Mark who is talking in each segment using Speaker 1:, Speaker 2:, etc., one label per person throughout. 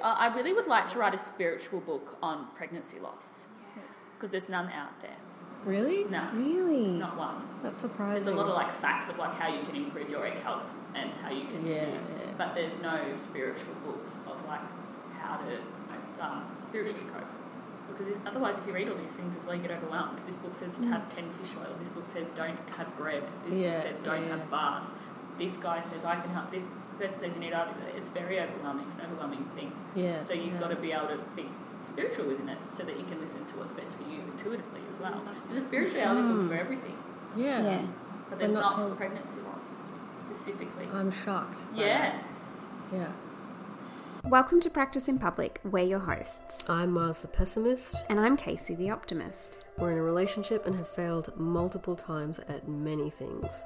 Speaker 1: Uh, I really would like to write a spiritual book on pregnancy loss because there's none out there.
Speaker 2: Really?
Speaker 1: No.
Speaker 3: Really?
Speaker 1: Not one.
Speaker 2: That's
Speaker 1: There's
Speaker 2: surprising.
Speaker 1: a lot of like facts of like how you can improve your egg health and how you can
Speaker 2: Yeah,
Speaker 1: use,
Speaker 2: yeah.
Speaker 1: but there's no spiritual books of like how to like, um, spiritually cope. Because it- otherwise, if you read all these things, it's where you get overwhelmed. This book says have ten fish oil. This book says don't have bread. This
Speaker 2: Yeah,
Speaker 1: book says don't
Speaker 2: yeah.
Speaker 1: have bars. This guy says I can help. This person says you need art. It's very overwhelming. It's an overwhelming thing.
Speaker 2: yeah.
Speaker 1: So you've
Speaker 2: yeah.
Speaker 1: got to be able to be spiritual within it, so that you can listen to what's best for you intuitively as well. There's a spirituality book for everything.
Speaker 2: Yeah.
Speaker 3: Yeah.
Speaker 1: But there's
Speaker 2: But
Speaker 1: Mm. not Oh,
Speaker 2: not
Speaker 1: for
Speaker 2: for-
Speaker 1: pregnancy loss specifically.
Speaker 2: I'm shocked. by
Speaker 1: yeah.
Speaker 2: that. Yeah.
Speaker 3: Welcome to Practice in Public. We're your hosts.
Speaker 4: I'm Mars the pessimist.
Speaker 3: And I'm Casey the Optimist.
Speaker 4: We're in a relationship and have failed multiple times at many things.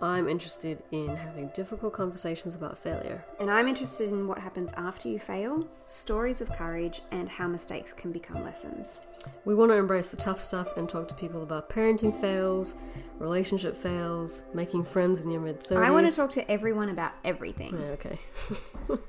Speaker 4: I'm interested in having difficult conversations about failure.
Speaker 3: And I'm interested in what happens after you fail, stories of courage, and how mistakes can become lessons.
Speaker 4: We want to embrace the tough stuff and talk to people about parenting fails, relationship fails, making friends in your mid 30s.
Speaker 3: I want to talk to everyone about everything.
Speaker 4: Yeah, okay.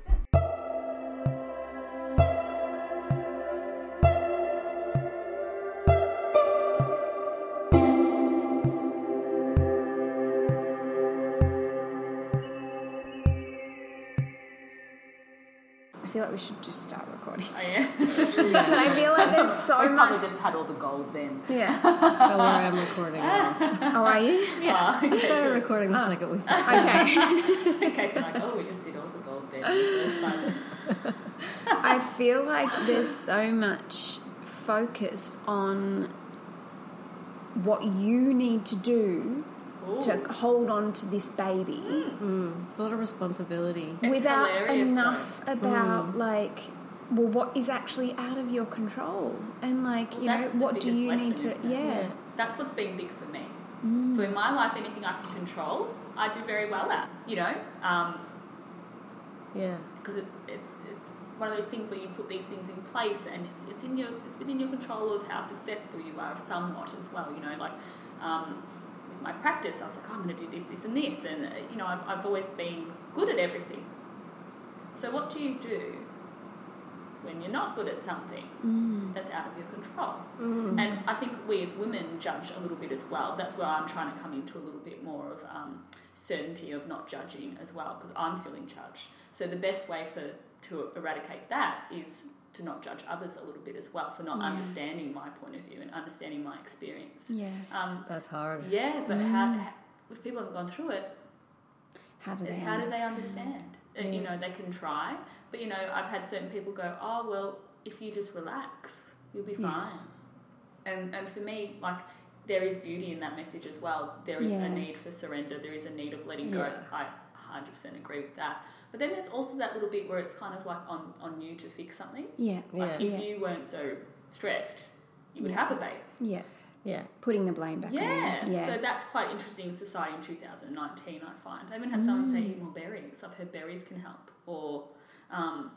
Speaker 3: I feel like we should just start recording.
Speaker 1: Oh, yeah.
Speaker 3: I feel like there's so
Speaker 1: we probably
Speaker 3: much.
Speaker 1: just had all the gold then.
Speaker 3: Yeah.
Speaker 2: Don't worry, I'm recording now.
Speaker 3: Oh, are you?
Speaker 1: Yeah.
Speaker 2: I started recording
Speaker 4: Ah.
Speaker 2: the second we started.
Speaker 3: Okay.
Speaker 1: Kate's been like, oh, we just did all the gold then. It's like,
Speaker 3: I feel like
Speaker 5: there's so much focus on what you need to do
Speaker 1: ooh.
Speaker 5: to hold on to this baby
Speaker 4: Mm.
Speaker 2: It's a lot of responsibility.
Speaker 1: It's
Speaker 5: without
Speaker 1: hilarious, though. Hmm.
Speaker 5: enough about like well what is actually out of your control and like you know
Speaker 1: That's the
Speaker 5: what do
Speaker 1: biggest
Speaker 5: you
Speaker 1: lesson,
Speaker 5: need to
Speaker 1: isn't it?
Speaker 5: yeah Mm,
Speaker 1: That's what's been big for me. So in my life, anything I can control, I do very well at. You know, um,
Speaker 2: Yeah.
Speaker 1: because it, it's it's one of those things where you put these things in place and it's, it's in your it's within your control of how successful you are somewhat as well you know like um, with my practice I was like "Oh, I'm going to do this this and this and uh, you know I've, I've always been good at everything so what do you do when you're not good at something
Speaker 5: mm.
Speaker 1: that's out of your control
Speaker 4: Mm-hmm.
Speaker 1: and I think we as women judge a little bit as well. That's where I'm trying to come into a little bit more of um, certainty of not judging as well, because I'm feeling judged. So the best way for to eradicate that is to not judge others a little bit as well for not
Speaker 5: Yeah.
Speaker 1: understanding my point of view and understanding my experience.
Speaker 5: yeah
Speaker 1: Um,
Speaker 2: That's hard.
Speaker 1: yeah, but how, how, if people haven't gone through it,
Speaker 5: how
Speaker 3: Oh,
Speaker 5: do they
Speaker 1: how do they
Speaker 5: understand?
Speaker 1: understand? Uh, You know, they can try, but you know, I've had certain people go, "Oh, well, if you just relax, you'll be
Speaker 5: Yeah.
Speaker 1: fine." And and for me, like there is beauty in that message as well. There is
Speaker 5: Yeah.
Speaker 1: a need for surrender. There is a need of letting go.
Speaker 2: Yeah.
Speaker 1: I 100% agree with that. But then there's also that little bit where it's kind of like on on you to fix something.
Speaker 5: yeah
Speaker 1: Like
Speaker 2: Yeah.
Speaker 1: if
Speaker 5: Yeah.
Speaker 1: you weren't so stressed, you would
Speaker 5: Yeah.
Speaker 1: have a baby.
Speaker 5: yeah
Speaker 2: Yeah.
Speaker 5: putting the blame back
Speaker 1: Yeah.
Speaker 5: on you. yeah
Speaker 1: So that's quite interesting in society in 2019, I find. I even had someone say eat more berries. I've heard berries can help, or um,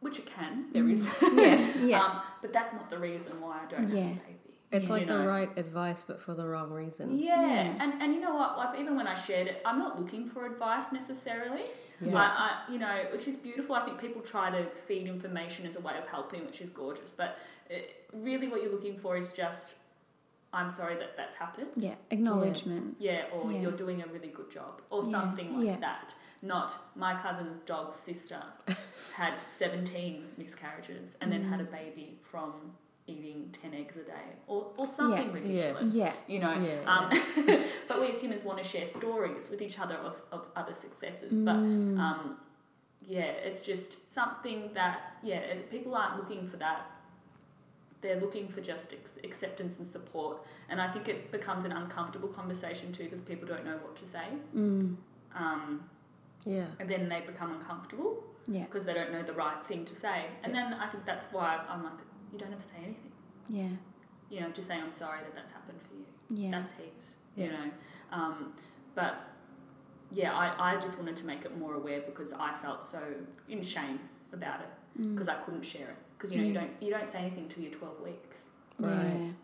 Speaker 1: which it can, berries.
Speaker 3: Mm,
Speaker 5: yeah yeah
Speaker 1: um, but that's not the reason why I don't
Speaker 5: Yeah.
Speaker 1: have a baby.
Speaker 2: It's
Speaker 1: you
Speaker 2: like the
Speaker 1: know?
Speaker 2: right advice, but for the wrong reason.
Speaker 1: Yeah.
Speaker 5: Yeah.
Speaker 1: and and you know what? Like even when I shared it, I'm not looking for advice necessarily.
Speaker 2: Yeah.
Speaker 1: I, I, you know, which is beautiful. I think people try to feed information as a way of helping, which is gorgeous. But it, really, what you're looking for is just, I'm sorry that that's happened.
Speaker 5: yeah acknowledgement
Speaker 1: Yeah, or
Speaker 5: Yeah.
Speaker 1: you're doing a really good job, or
Speaker 5: Yeah,
Speaker 1: something like
Speaker 5: yeah.
Speaker 1: that. Not my cousin's dog's sister had 17 miscarriages and then had a
Speaker 5: Mm.
Speaker 1: baby from eating 10 eggs a day, or, or something ridiculous.
Speaker 5: yeah
Speaker 1: You know,
Speaker 2: Yeah,
Speaker 1: um, but we as humans want to share stories with each other of, of other successes.
Speaker 5: Mm.
Speaker 1: But um, yeah, it's just something that, yeah, it- people aren't looking for that. They're looking for just ex- acceptance and support. And I think it becomes an uncomfortable conversation too because people don't know what to say.
Speaker 5: Mm.
Speaker 1: Um,
Speaker 2: Yeah.
Speaker 1: and then they become uncomfortable
Speaker 5: yeah
Speaker 1: because they don't know the right thing to say. And then I think that's why I'm like, you don't have to say anything.
Speaker 5: yeah
Speaker 1: You know, just say, I'm sorry that that's happened for you
Speaker 5: yeah
Speaker 1: that's heaps
Speaker 2: Yeah.
Speaker 1: you know um, but yeah I, I just wanted to make it more aware because i felt so in shame about it
Speaker 5: Mm.
Speaker 1: because i couldn't share it because you know you don't you don't say anything till you're 12 weeks
Speaker 2: Right.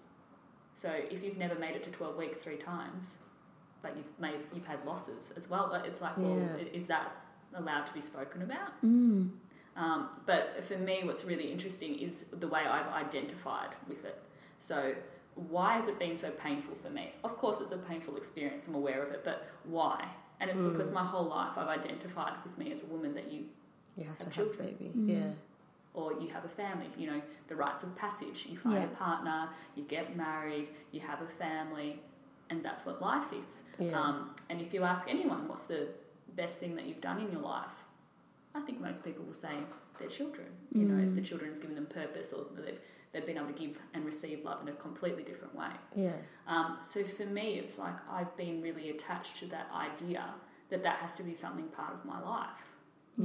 Speaker 1: so if you've never made it to 12 weeks three times but you've made you've had losses as well like, it's like well
Speaker 2: Yeah.
Speaker 1: i- is that allowed to be spoken about
Speaker 5: yeah mm.
Speaker 1: Um, but for me, what's really interesting is the way I've identified with it. So, why has it been so painful for me? Of course, it's a painful experience, I'm aware of it, but why? And it's because my whole life I've identified with me as a woman that you,
Speaker 2: You
Speaker 1: Have
Speaker 2: have to have
Speaker 1: children. Mm-hmm.
Speaker 2: baby.
Speaker 5: Mm.
Speaker 2: Yeah.
Speaker 1: or you have a family, you know, the rites of passage. You find
Speaker 5: Yeah.
Speaker 1: a partner, you get married, you have a family, and that's what life is.
Speaker 2: Yeah.
Speaker 1: Um, and if you ask anyone what's the best thing that you've done in your life, I think most people will say their children. You know, the children has given them purpose or they've, they've been able to give and receive love in a completely different way.
Speaker 2: yeah.
Speaker 1: Um, so for me, it's like I've been really attached to that idea that that has to be something part of my life.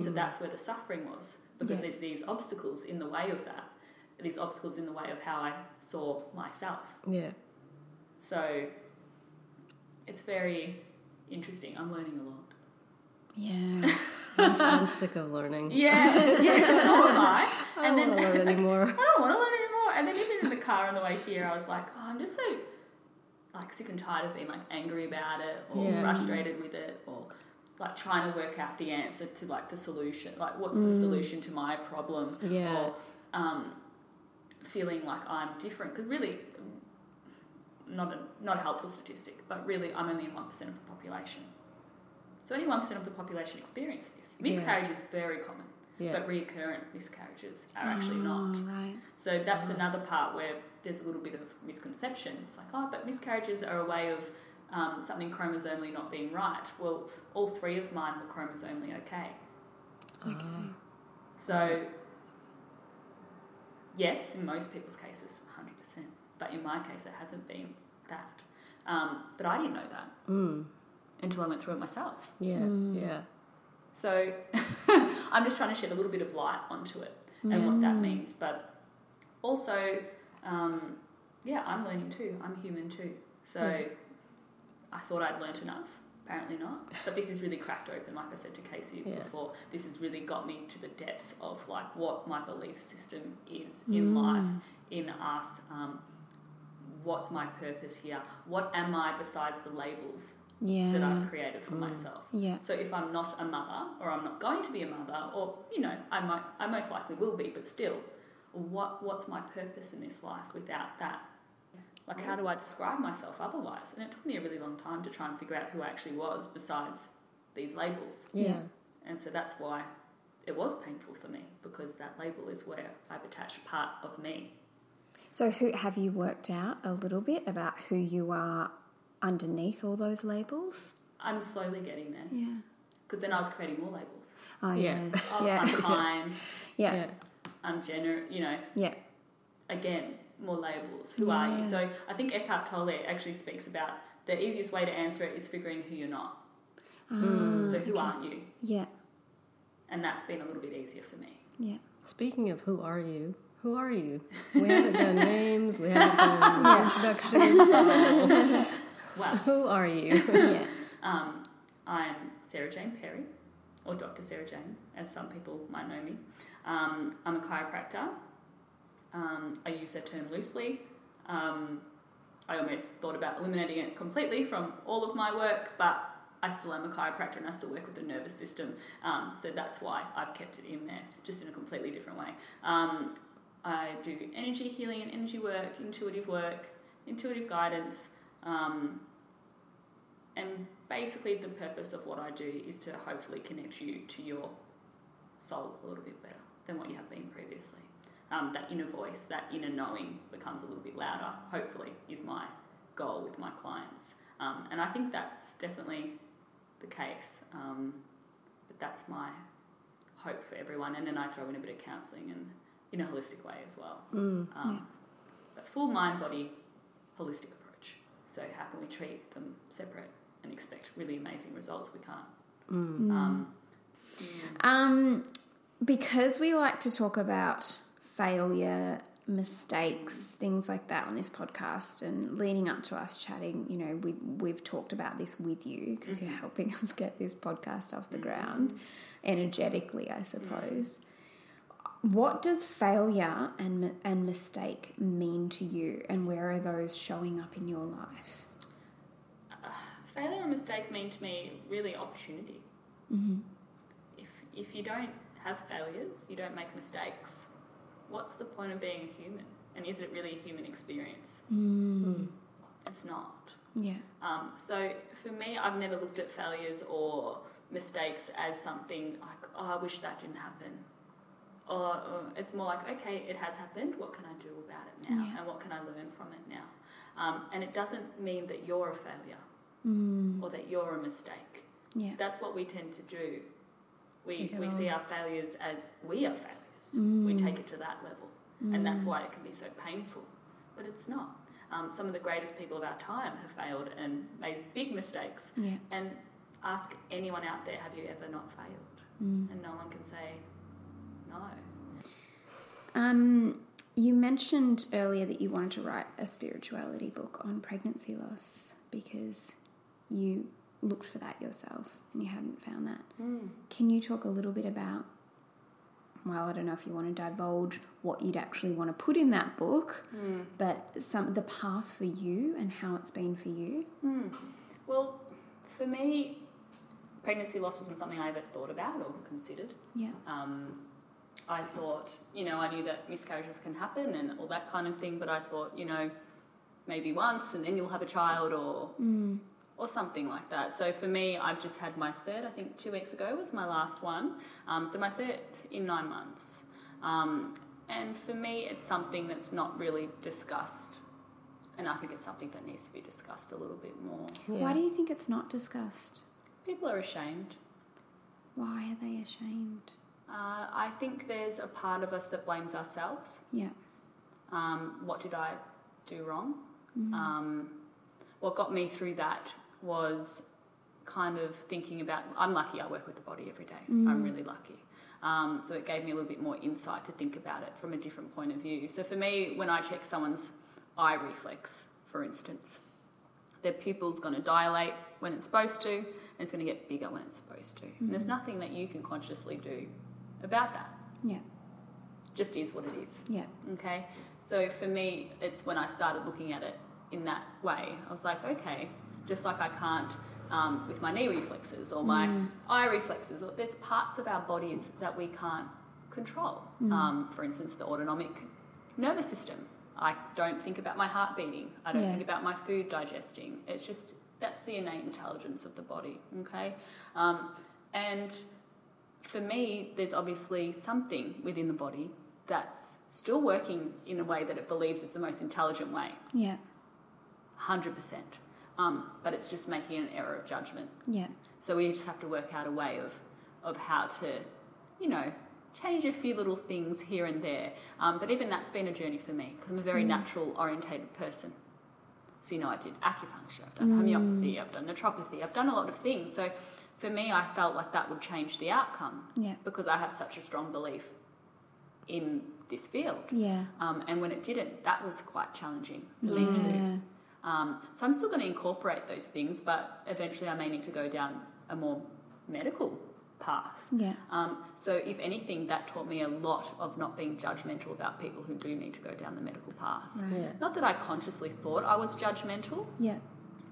Speaker 1: So that's where the suffering was because
Speaker 5: Yeah.
Speaker 1: there's these obstacles in the way of that, these obstacles in the way of how I saw myself.
Speaker 2: Yeah.
Speaker 1: So it's very interesting. I'm learning a lot.
Speaker 5: Yeah.
Speaker 2: I'm, s- I'm sick of learning.
Speaker 1: Yeah, yeah, so am I.
Speaker 2: I don't want to learn anymore.
Speaker 1: I don't want to learn anymore. And then even in the car on the way here, I was like, oh, I'm just so like sick and tired of being like angry about it or
Speaker 2: Yeah.
Speaker 1: frustrated with it or like trying to work out the answer to like the solution, like what's the solution to my problem
Speaker 2: Yeah.
Speaker 1: or um, feeling like I'm different because really not a, not a helpful statistic, but really I'm only in 1% of the population. So only 1% of the population experience this. Miscarriage is very common,
Speaker 2: Yeah.
Speaker 1: but recurrent miscarriages are actually not.
Speaker 5: Oh, right.
Speaker 1: So that's another part where there's a little bit of misconception. It's like, oh, but miscarriages are a way of um, something chromosomally not being right. Well, all three of mine were chromosomally okay. Uh,
Speaker 2: Ah.
Speaker 1: So, yes, in most people's cases, 100%. But in my case, it hasn't been that. Um, but I didn't know that
Speaker 2: Mm.
Speaker 1: until I went through it myself.
Speaker 2: Yeah.
Speaker 1: Mm.
Speaker 2: Yeah.
Speaker 1: So I'm just trying to shed a little bit of light onto it and what
Speaker 5: Mm.
Speaker 1: that means. But also, um, yeah, I'm learning too. I'm human too. So I thought I'd learnt enough. Apparently not. But this is really cracked open, like I said to Casey
Speaker 2: Yeah.
Speaker 1: before. This has really got me to the depths of like what my belief system is
Speaker 5: Mm.
Speaker 1: in
Speaker 5: Hmm.
Speaker 1: life, in us. Um, what's my purpose here? What am I besides the labels that
Speaker 5: Yeah.
Speaker 1: I've created for myself?
Speaker 5: Yeah.
Speaker 1: So if I'm not a mother, or I'm not going to be a mother, or you know, I might, I most likely will be, but still, what what's my purpose in this life without that? Like, how do I describe myself otherwise? And it took me a really long time to try and figure out who I actually was besides these labels.
Speaker 2: Yeah.
Speaker 1: And so that's why it was painful for me because that label is where I've attached a part of me.
Speaker 5: So, who have you worked out a little bit about who you are underneath all those labels?
Speaker 1: I'm slowly getting there
Speaker 5: Yeah.
Speaker 1: because then I was creating more labels.
Speaker 5: Oh yeah.
Speaker 2: Yeah.
Speaker 1: Oh, I'm
Speaker 5: Yeah.
Speaker 1: kind.
Speaker 5: Yeah.
Speaker 2: Yeah.
Speaker 5: Yeah.
Speaker 1: I'm generous. um, You know,
Speaker 5: Yeah.
Speaker 1: again, more labels. Who are you?
Speaker 5: Yeah.
Speaker 1: So I think Eckhart Tolle actually speaks about the easiest way to answer it is figuring who you're not. Hmm.
Speaker 5: Mm.
Speaker 1: so who aren't you?
Speaker 5: Ah, Yeah.
Speaker 1: And that's been a little bit easier for me.
Speaker 2: Speaking of who are you? Who are you? We haven't done names. We haven't done introductions. Oh.
Speaker 1: Well,
Speaker 2: Who are you?
Speaker 5: Yeah.
Speaker 1: um, I'm Sarah Jane Perry, or Dr. Sarah Jane, as some people might know me. Um, I'm a chiropractor. Um, I use that term loosely. Um, I almost thought about eliminating it completely from all of my work, but I still am a chiropractor and I still work with the nervous system. Um, so that's why I've kept it in there, just in a completely different way. Um, I do energy healing and energy work, intuitive work, intuitive guidance. Um, and basically, the purpose of what I do is to hopefully connect you to your soul a little bit better than what you have been previously. Um, that inner voice, that inner knowing becomes a little bit louder, hopefully, is my goal with my clients. Um, and I think that's definitely the case. Um, but that's my hope for everyone. And then I throw in a bit of counselling and in a holistic way as well.
Speaker 2: Mm.
Speaker 1: Um, But full mind body holistic approach. So, how can we treat them separate and expect really amazing results? We can't.
Speaker 5: Mm.
Speaker 1: Um,
Speaker 5: Um, because we like to talk about failure, mistakes, things like that on this podcast, and leading up to us chatting, you know, we we've talked about this with you because
Speaker 1: Mm-hmm.
Speaker 5: you're helping us get this podcast off the ground energetically, I suppose.
Speaker 1: Mm-hmm.
Speaker 5: What does failure and mi- and mistake mean to you, and where are those showing up in your life?
Speaker 1: Uh, Mm-hmm. failure and mistake mean to me really opportunity. If if you don't have failures, you don't make mistakes, what's the point of being a human? And is it really a human experience?
Speaker 5: Mm.
Speaker 1: It's not.
Speaker 5: Yeah.
Speaker 1: Um, so for me, I've never looked at failures or mistakes as something like, oh, I wish that didn't happen. Or uh, it's more like, okay, it has happened. What can I do about it now?
Speaker 5: Yeah.
Speaker 1: And what can I learn from it now? Um, and it doesn't mean that you're a failure
Speaker 5: Mm.
Speaker 1: or that you're a mistake.
Speaker 5: Yeah.
Speaker 1: That's what we tend to do. We,
Speaker 2: Take it
Speaker 1: we see
Speaker 2: on.
Speaker 1: our failures as we are failures. We
Speaker 5: Mm.
Speaker 1: take it to that level. And that's why it can be so painful. But it's not. Um, some of the greatest people of our time have failed and made big mistakes.
Speaker 5: Yeah.
Speaker 1: And ask anyone out there, have you ever not failed?
Speaker 5: Mm.
Speaker 1: And no one can say, no.
Speaker 5: Um, you mentioned earlier that you wanted to write a spirituality book on pregnancy loss because you looked for that yourself and you hadn't found that. Can you talk a little bit about? Well, I don't know if you want to divulge what you'd actually want to put in that book, but some the path for you and how it's been for you.
Speaker 1: Hmm. Well, for me, pregnancy loss wasn't something I ever thought about or considered.
Speaker 5: Yeah.
Speaker 1: um, I thought, you know, I knew that miscarriages can happen and all that kind of thing, but I thought, you know, maybe once and then you'll have a child or
Speaker 5: Mm.
Speaker 1: or something like that. So for me, I've just had my third. I think two weeks ago was my last one. Um, so my third in nine months. Um, and for me, it's something that's not really discussed, and I think it's something that needs to be discussed a little bit more.
Speaker 5: Why do you think it's not discussed?
Speaker 1: People are ashamed.
Speaker 5: Why are they ashamed?
Speaker 1: Uh, I think there's a part of us that blames ourselves.
Speaker 5: Yeah.
Speaker 1: um, what did I do wrong?
Speaker 5: Mm.
Speaker 1: Um, what got me through that was kind of thinking about I'm lucky I work with the body every day. I'm really lucky. Um, so it gave me a little bit more insight to think about it from a different point of view. So for me, when I check someone's eye reflex, for instance, their pupil's going to dilate when it's supposed to, and it's going to get bigger when it's supposed to. And
Speaker 5: Mm-hmm.
Speaker 1: there's nothing that you can consciously do about that.
Speaker 5: Yeah.
Speaker 1: Just is what it is.
Speaker 5: Yeah.
Speaker 1: Okay. So for me, it's when I started looking at it in that way. I was like, okay, just like I can't um, with my knee reflexes or my eye reflexes, or there's parts of our bodies that we can't control. Um, for instance, the autonomic nervous system. I don't think about my heart beating. I don't
Speaker 5: Yeah.
Speaker 1: think about my food digesting. It's just that's the innate intelligence of the body. Okay. Um, and for me, there's obviously something within the body that's still working in a way that it believes is the most intelligent way,
Speaker 5: Yeah.
Speaker 1: 100%. Um, but it's just making an error of judgment.
Speaker 5: Yeah.
Speaker 1: So we just have to work out a way of, of how to, you know, change a few little things here and there. Um, but even that's been a journey for me because I'm a very natural orientated person. So, you know, I did acupuncture, I've done homeopathy, I've done naturopathy, I've done a lot of things. So for me, I felt like that would change the outcome
Speaker 5: Yeah.
Speaker 1: because I have such a strong belief in this field.
Speaker 5: Yeah.
Speaker 1: Um, and when it didn't, that was quite challenging for me too.
Speaker 5: Yeah.
Speaker 1: Um, so I'm still going to incorporate those things, but eventually I may need to go down a more medical path.
Speaker 5: Yeah.
Speaker 1: Um, so if anything, that taught me a lot of not being judgmental about people who do need to go down the medical path.
Speaker 5: Right.
Speaker 2: Yeah.
Speaker 1: Not that I consciously thought I was judgmental,
Speaker 5: Yeah.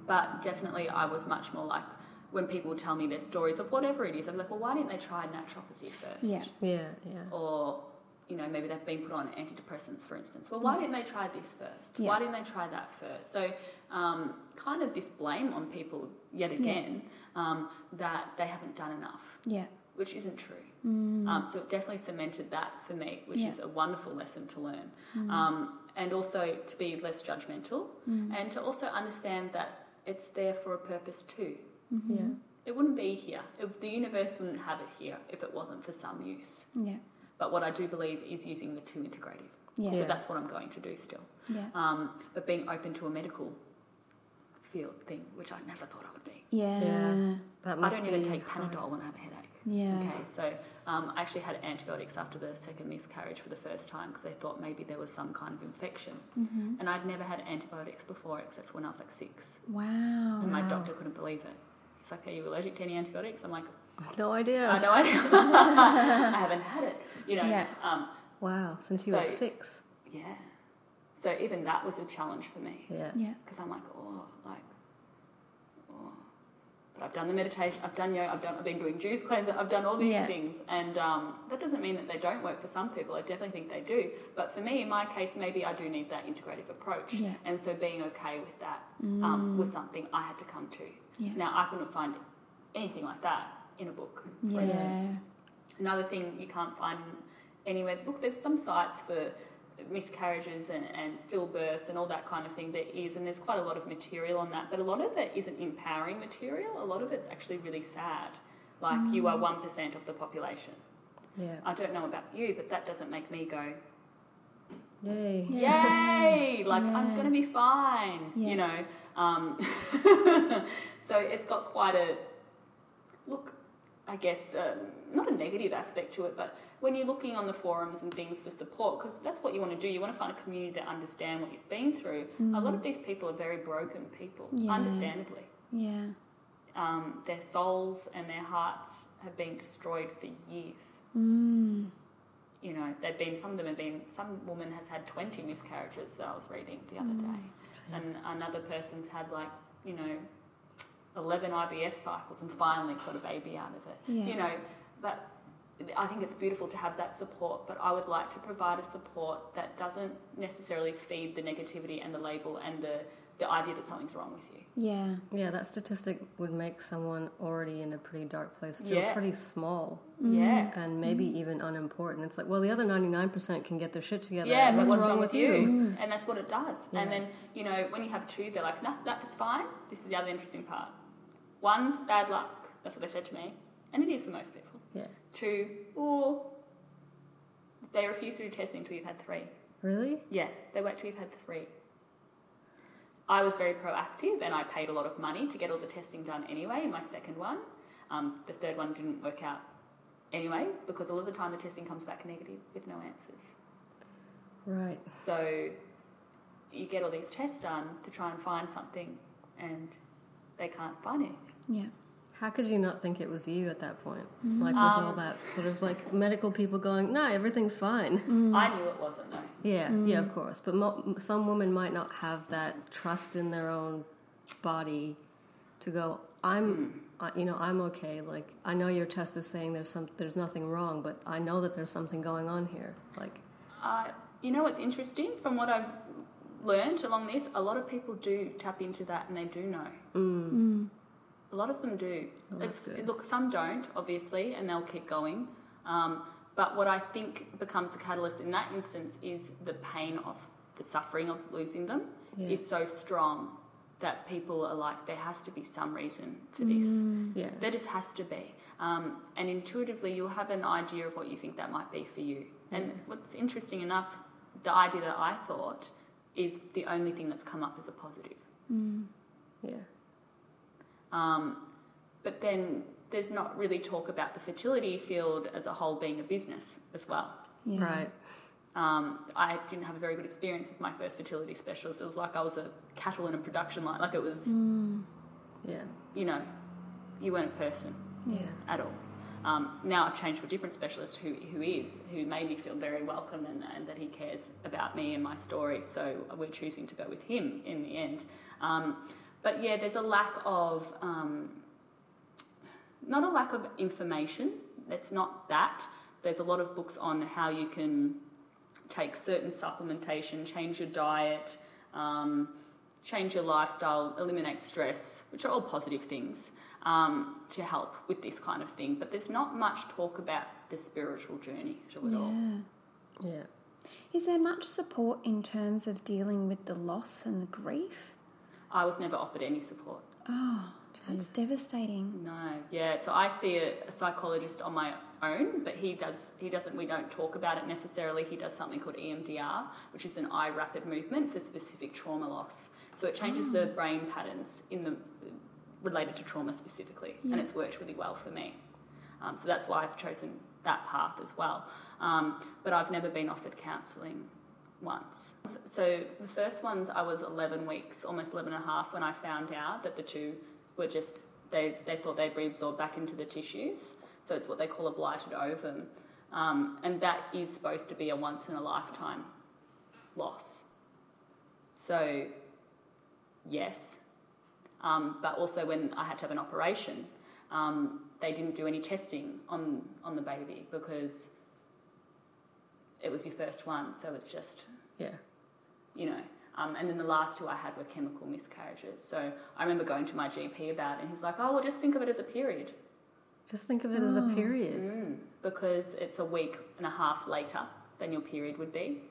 Speaker 1: but definitely I was much more like when people tell me their stories of whatever it is, I'm like, well, why didn't they try naturopathy first?
Speaker 5: Yeah.
Speaker 2: Yeah, yeah.
Speaker 1: or you know maybe they've been put on antidepressants for instance well why didn't they try this first
Speaker 5: Yeah.
Speaker 1: why didn't they try that first so um, kind of this blame on people yet again um, that they haven't done enough
Speaker 5: Yeah.
Speaker 1: which isn't true
Speaker 5: Mm.
Speaker 1: um, so it definitely cemented that for me which
Speaker 5: Yeah. Mm.
Speaker 1: is a wonderful lesson to learn um, and also to be less judgmental
Speaker 5: Mm.
Speaker 1: and to also understand that it's there for a purpose too
Speaker 2: Yeah.
Speaker 5: Mm-hmm.
Speaker 1: it wouldn't be here it, the universe wouldn't have it here if it wasn't for some use
Speaker 5: Yeah.
Speaker 1: but what I do believe is using the two integrative.
Speaker 5: Yeah.
Speaker 1: So
Speaker 5: Yeah.
Speaker 1: that's what I'm going to do still.
Speaker 5: Yeah.
Speaker 1: Um, but being open to a medical field thing, which I never thought I would be.
Speaker 5: Yeah.
Speaker 2: That
Speaker 1: I
Speaker 2: must
Speaker 1: don't
Speaker 2: be
Speaker 1: even take
Speaker 2: hard.
Speaker 1: Panadol when I have a headache.
Speaker 5: Yeah.
Speaker 1: Okay, so um, I actually had antibiotics after the second miscarriage for the first time because they thought maybe there was some kind of infection.
Speaker 5: Mhm.
Speaker 1: And I'd never had antibiotics before except when I was like six.
Speaker 5: Wow.
Speaker 1: And my
Speaker 2: Oh, Wow.
Speaker 1: doctor couldn't believe it. He's like, Are you allergic to any antibiotics? I'm like,
Speaker 2: No idea.
Speaker 1: I know I, I haven't had it. You know,
Speaker 5: Yeah.
Speaker 1: um,
Speaker 2: Wow, since you
Speaker 1: So-
Speaker 2: were six.
Speaker 1: Yeah. So even that was a challenge for me
Speaker 2: Yeah.
Speaker 5: Yeah.
Speaker 1: because I'm like, oh, like, oh, But I've done the meditation, I've done yoga, I've, done, I've been doing juice cleanser, I've done all these
Speaker 5: Yeah.
Speaker 1: things. And um, that doesn't mean that they don't work for some people. I definitely think they do. But for me, in my case, maybe I do need that integrative approach.
Speaker 5: Yeah. Mm.
Speaker 1: And so being okay with that um, was something I had to come to.
Speaker 5: Yeah.
Speaker 1: Now, I couldn't find anything like that in a book, for instance.
Speaker 5: yeah.
Speaker 1: Another thing you can't find anywhere. Look, there's some sites for miscarriages and, and stillbirths and all that kind of thing. There is, and there's quite a lot of material on that, but a lot of it isn't empowering material. A lot of it's actually really sad. Like you are one percent of the population.
Speaker 2: Yeah.
Speaker 1: I don't know about you, but that doesn't make me go,
Speaker 2: Yay.
Speaker 1: yay! Like I'm
Speaker 5: Yeah.
Speaker 1: gonna be fine.
Speaker 5: Yeah.
Speaker 1: You know. Um, so it's got quite a look, I guess, um, not a negative aspect to it, but when you're looking on the forums and things for support, because that's what you want to do, you want to find a community that understand what you've been through. A lot of these people are very broken people,
Speaker 5: Mm. Yeah.
Speaker 1: understandably.
Speaker 5: Yeah.
Speaker 1: Um, their souls and their hearts have been destroyed for years.
Speaker 5: Mm.
Speaker 1: You know, they've been, some of them have been, some woman has had 20 miscarriages that I was reading the other
Speaker 5: Mm.
Speaker 1: day. And another person's had like, you know, 11 IVF cycles and finally got a baby out of it.
Speaker 5: Yeah.
Speaker 1: You know, but I think it's beautiful to have that support, but I would like to provide a support that doesn't necessarily feed the negativity and the label and the, the idea that something's wrong with you.
Speaker 5: Yeah.
Speaker 2: Yeah, that statistic would make someone already in a pretty dark place feel
Speaker 1: Yeah.
Speaker 2: pretty small
Speaker 1: Yeah.
Speaker 2: and maybe even unimportant. It's like, well, the other 99% can get their shit together.
Speaker 1: Yeah, but
Speaker 2: what's, wrong, with you?
Speaker 5: Mm.
Speaker 1: And that's what it does. And
Speaker 2: Yeah.
Speaker 1: then, you know, when you have two, they're like, nah, that's fine. This is the other interesting part. One's bad luck. That's what they said to me. And it is for most people.
Speaker 2: Yeah.
Speaker 1: Two, or they refuse to do testing until you've had three.
Speaker 2: Really?
Speaker 1: Yeah, they wait till you've had three. I was very proactive and I paid a lot of money to get all the testing done anyway in my second one. Um, the third one didn't work out anyway because a lot of the time the testing comes back negative with no answers.
Speaker 2: Right.
Speaker 1: So you get all these tests done to try and find something and they can't find anything.
Speaker 5: Yeah.
Speaker 2: How could you not think it was you at that point? Like with all that sort of like medical people going, no, everything's fine.
Speaker 1: I knew it wasn't though.
Speaker 2: Yeah, yeah, of course. But mo- some women might not have that trust in their own body to go. I'm, I, you know, I'm okay. Like I know your test is saying there's some, there's nothing wrong, but I know that there's something going on here. Like,
Speaker 1: Uh, you know what's interesting from what I've learned along this? A lot of people do tap into that and they do know.
Speaker 2: mm,
Speaker 5: Mm.
Speaker 1: A lot of them do.
Speaker 2: Oh, that's
Speaker 1: It's,
Speaker 2: good.
Speaker 1: look, some don't, obviously, and they'll keep going. Um, but what I think becomes the catalyst in that instance is the pain of the suffering of losing them
Speaker 2: Yeah.
Speaker 1: is so strong that people are like, there has to be some reason for
Speaker 5: Mm.
Speaker 1: this.
Speaker 2: yeah,
Speaker 1: There just has to be. Um, and intuitively, you'll have an idea of what you think that might be for you. And what's interesting enough, the idea that I thought is the only thing that's come up as a positive.
Speaker 5: Mm.
Speaker 2: yeah,
Speaker 1: Um, but then there's not really talk about the fertility field as a whole being a business as well.
Speaker 5: Yeah.
Speaker 2: right,
Speaker 1: Um, I didn't have a very good experience with my first fertility specialist. It was like I was a cattle in a production line. Like it was,
Speaker 5: Mm.
Speaker 2: yeah,
Speaker 1: you know, you weren't a person.
Speaker 2: yeah,
Speaker 1: at all. Um, now I've changed to a different specialist who, who is, who made me feel very welcome and, and that he cares about me and my story. So we're choosing to go with him in the end. Um, but yeah, there's a lack of, um, not a lack of information, it's not that. There's a lot of books on how you can take certain supplementation, change your diet, um, change your lifestyle, eliminate stress, which are all positive things um, to help with this kind of thing. But there's not much talk about the spiritual journey to it all.
Speaker 5: Yeah.
Speaker 2: yeah.
Speaker 5: Is there much support in terms of dealing with the loss and the grief?
Speaker 1: I was never offered any support.
Speaker 5: Oh, that's devastating.
Speaker 1: No, yeah. So I see a, a psychologist on my own, but he does. He doesn't. We don't talk about it necessarily. He does something called E EMDR, which is an eye rapid movement for specific trauma loss. So it changes the brain patterns in the related to trauma specifically, and it's worked really well for me. Um, so that's why I've chosen that path as well. Um, but I've never been offered counselling once. So the first ones, I was 11 weeks, almost 11 and a half, when I found out that the two were just, they, they thought they'd reabsorb back into the tissues. So it's what they call a blighted ovum. Um, and that is supposed to be a once in a lifetime loss. So, yes, Um, but also when I had to have an operation, um, they didn't do any testing on on the baby because it was your first one, so it's just
Speaker 2: Yeah.
Speaker 1: you know. Um, and then the last two I had were chemical miscarriages. So I remember going to my GP about it, and he's like, "Oh, well, just think of it as a period."
Speaker 2: Just think of it as a
Speaker 5: Oh.
Speaker 2: period.
Speaker 1: Mm, because it's a week and a half later than your period would be.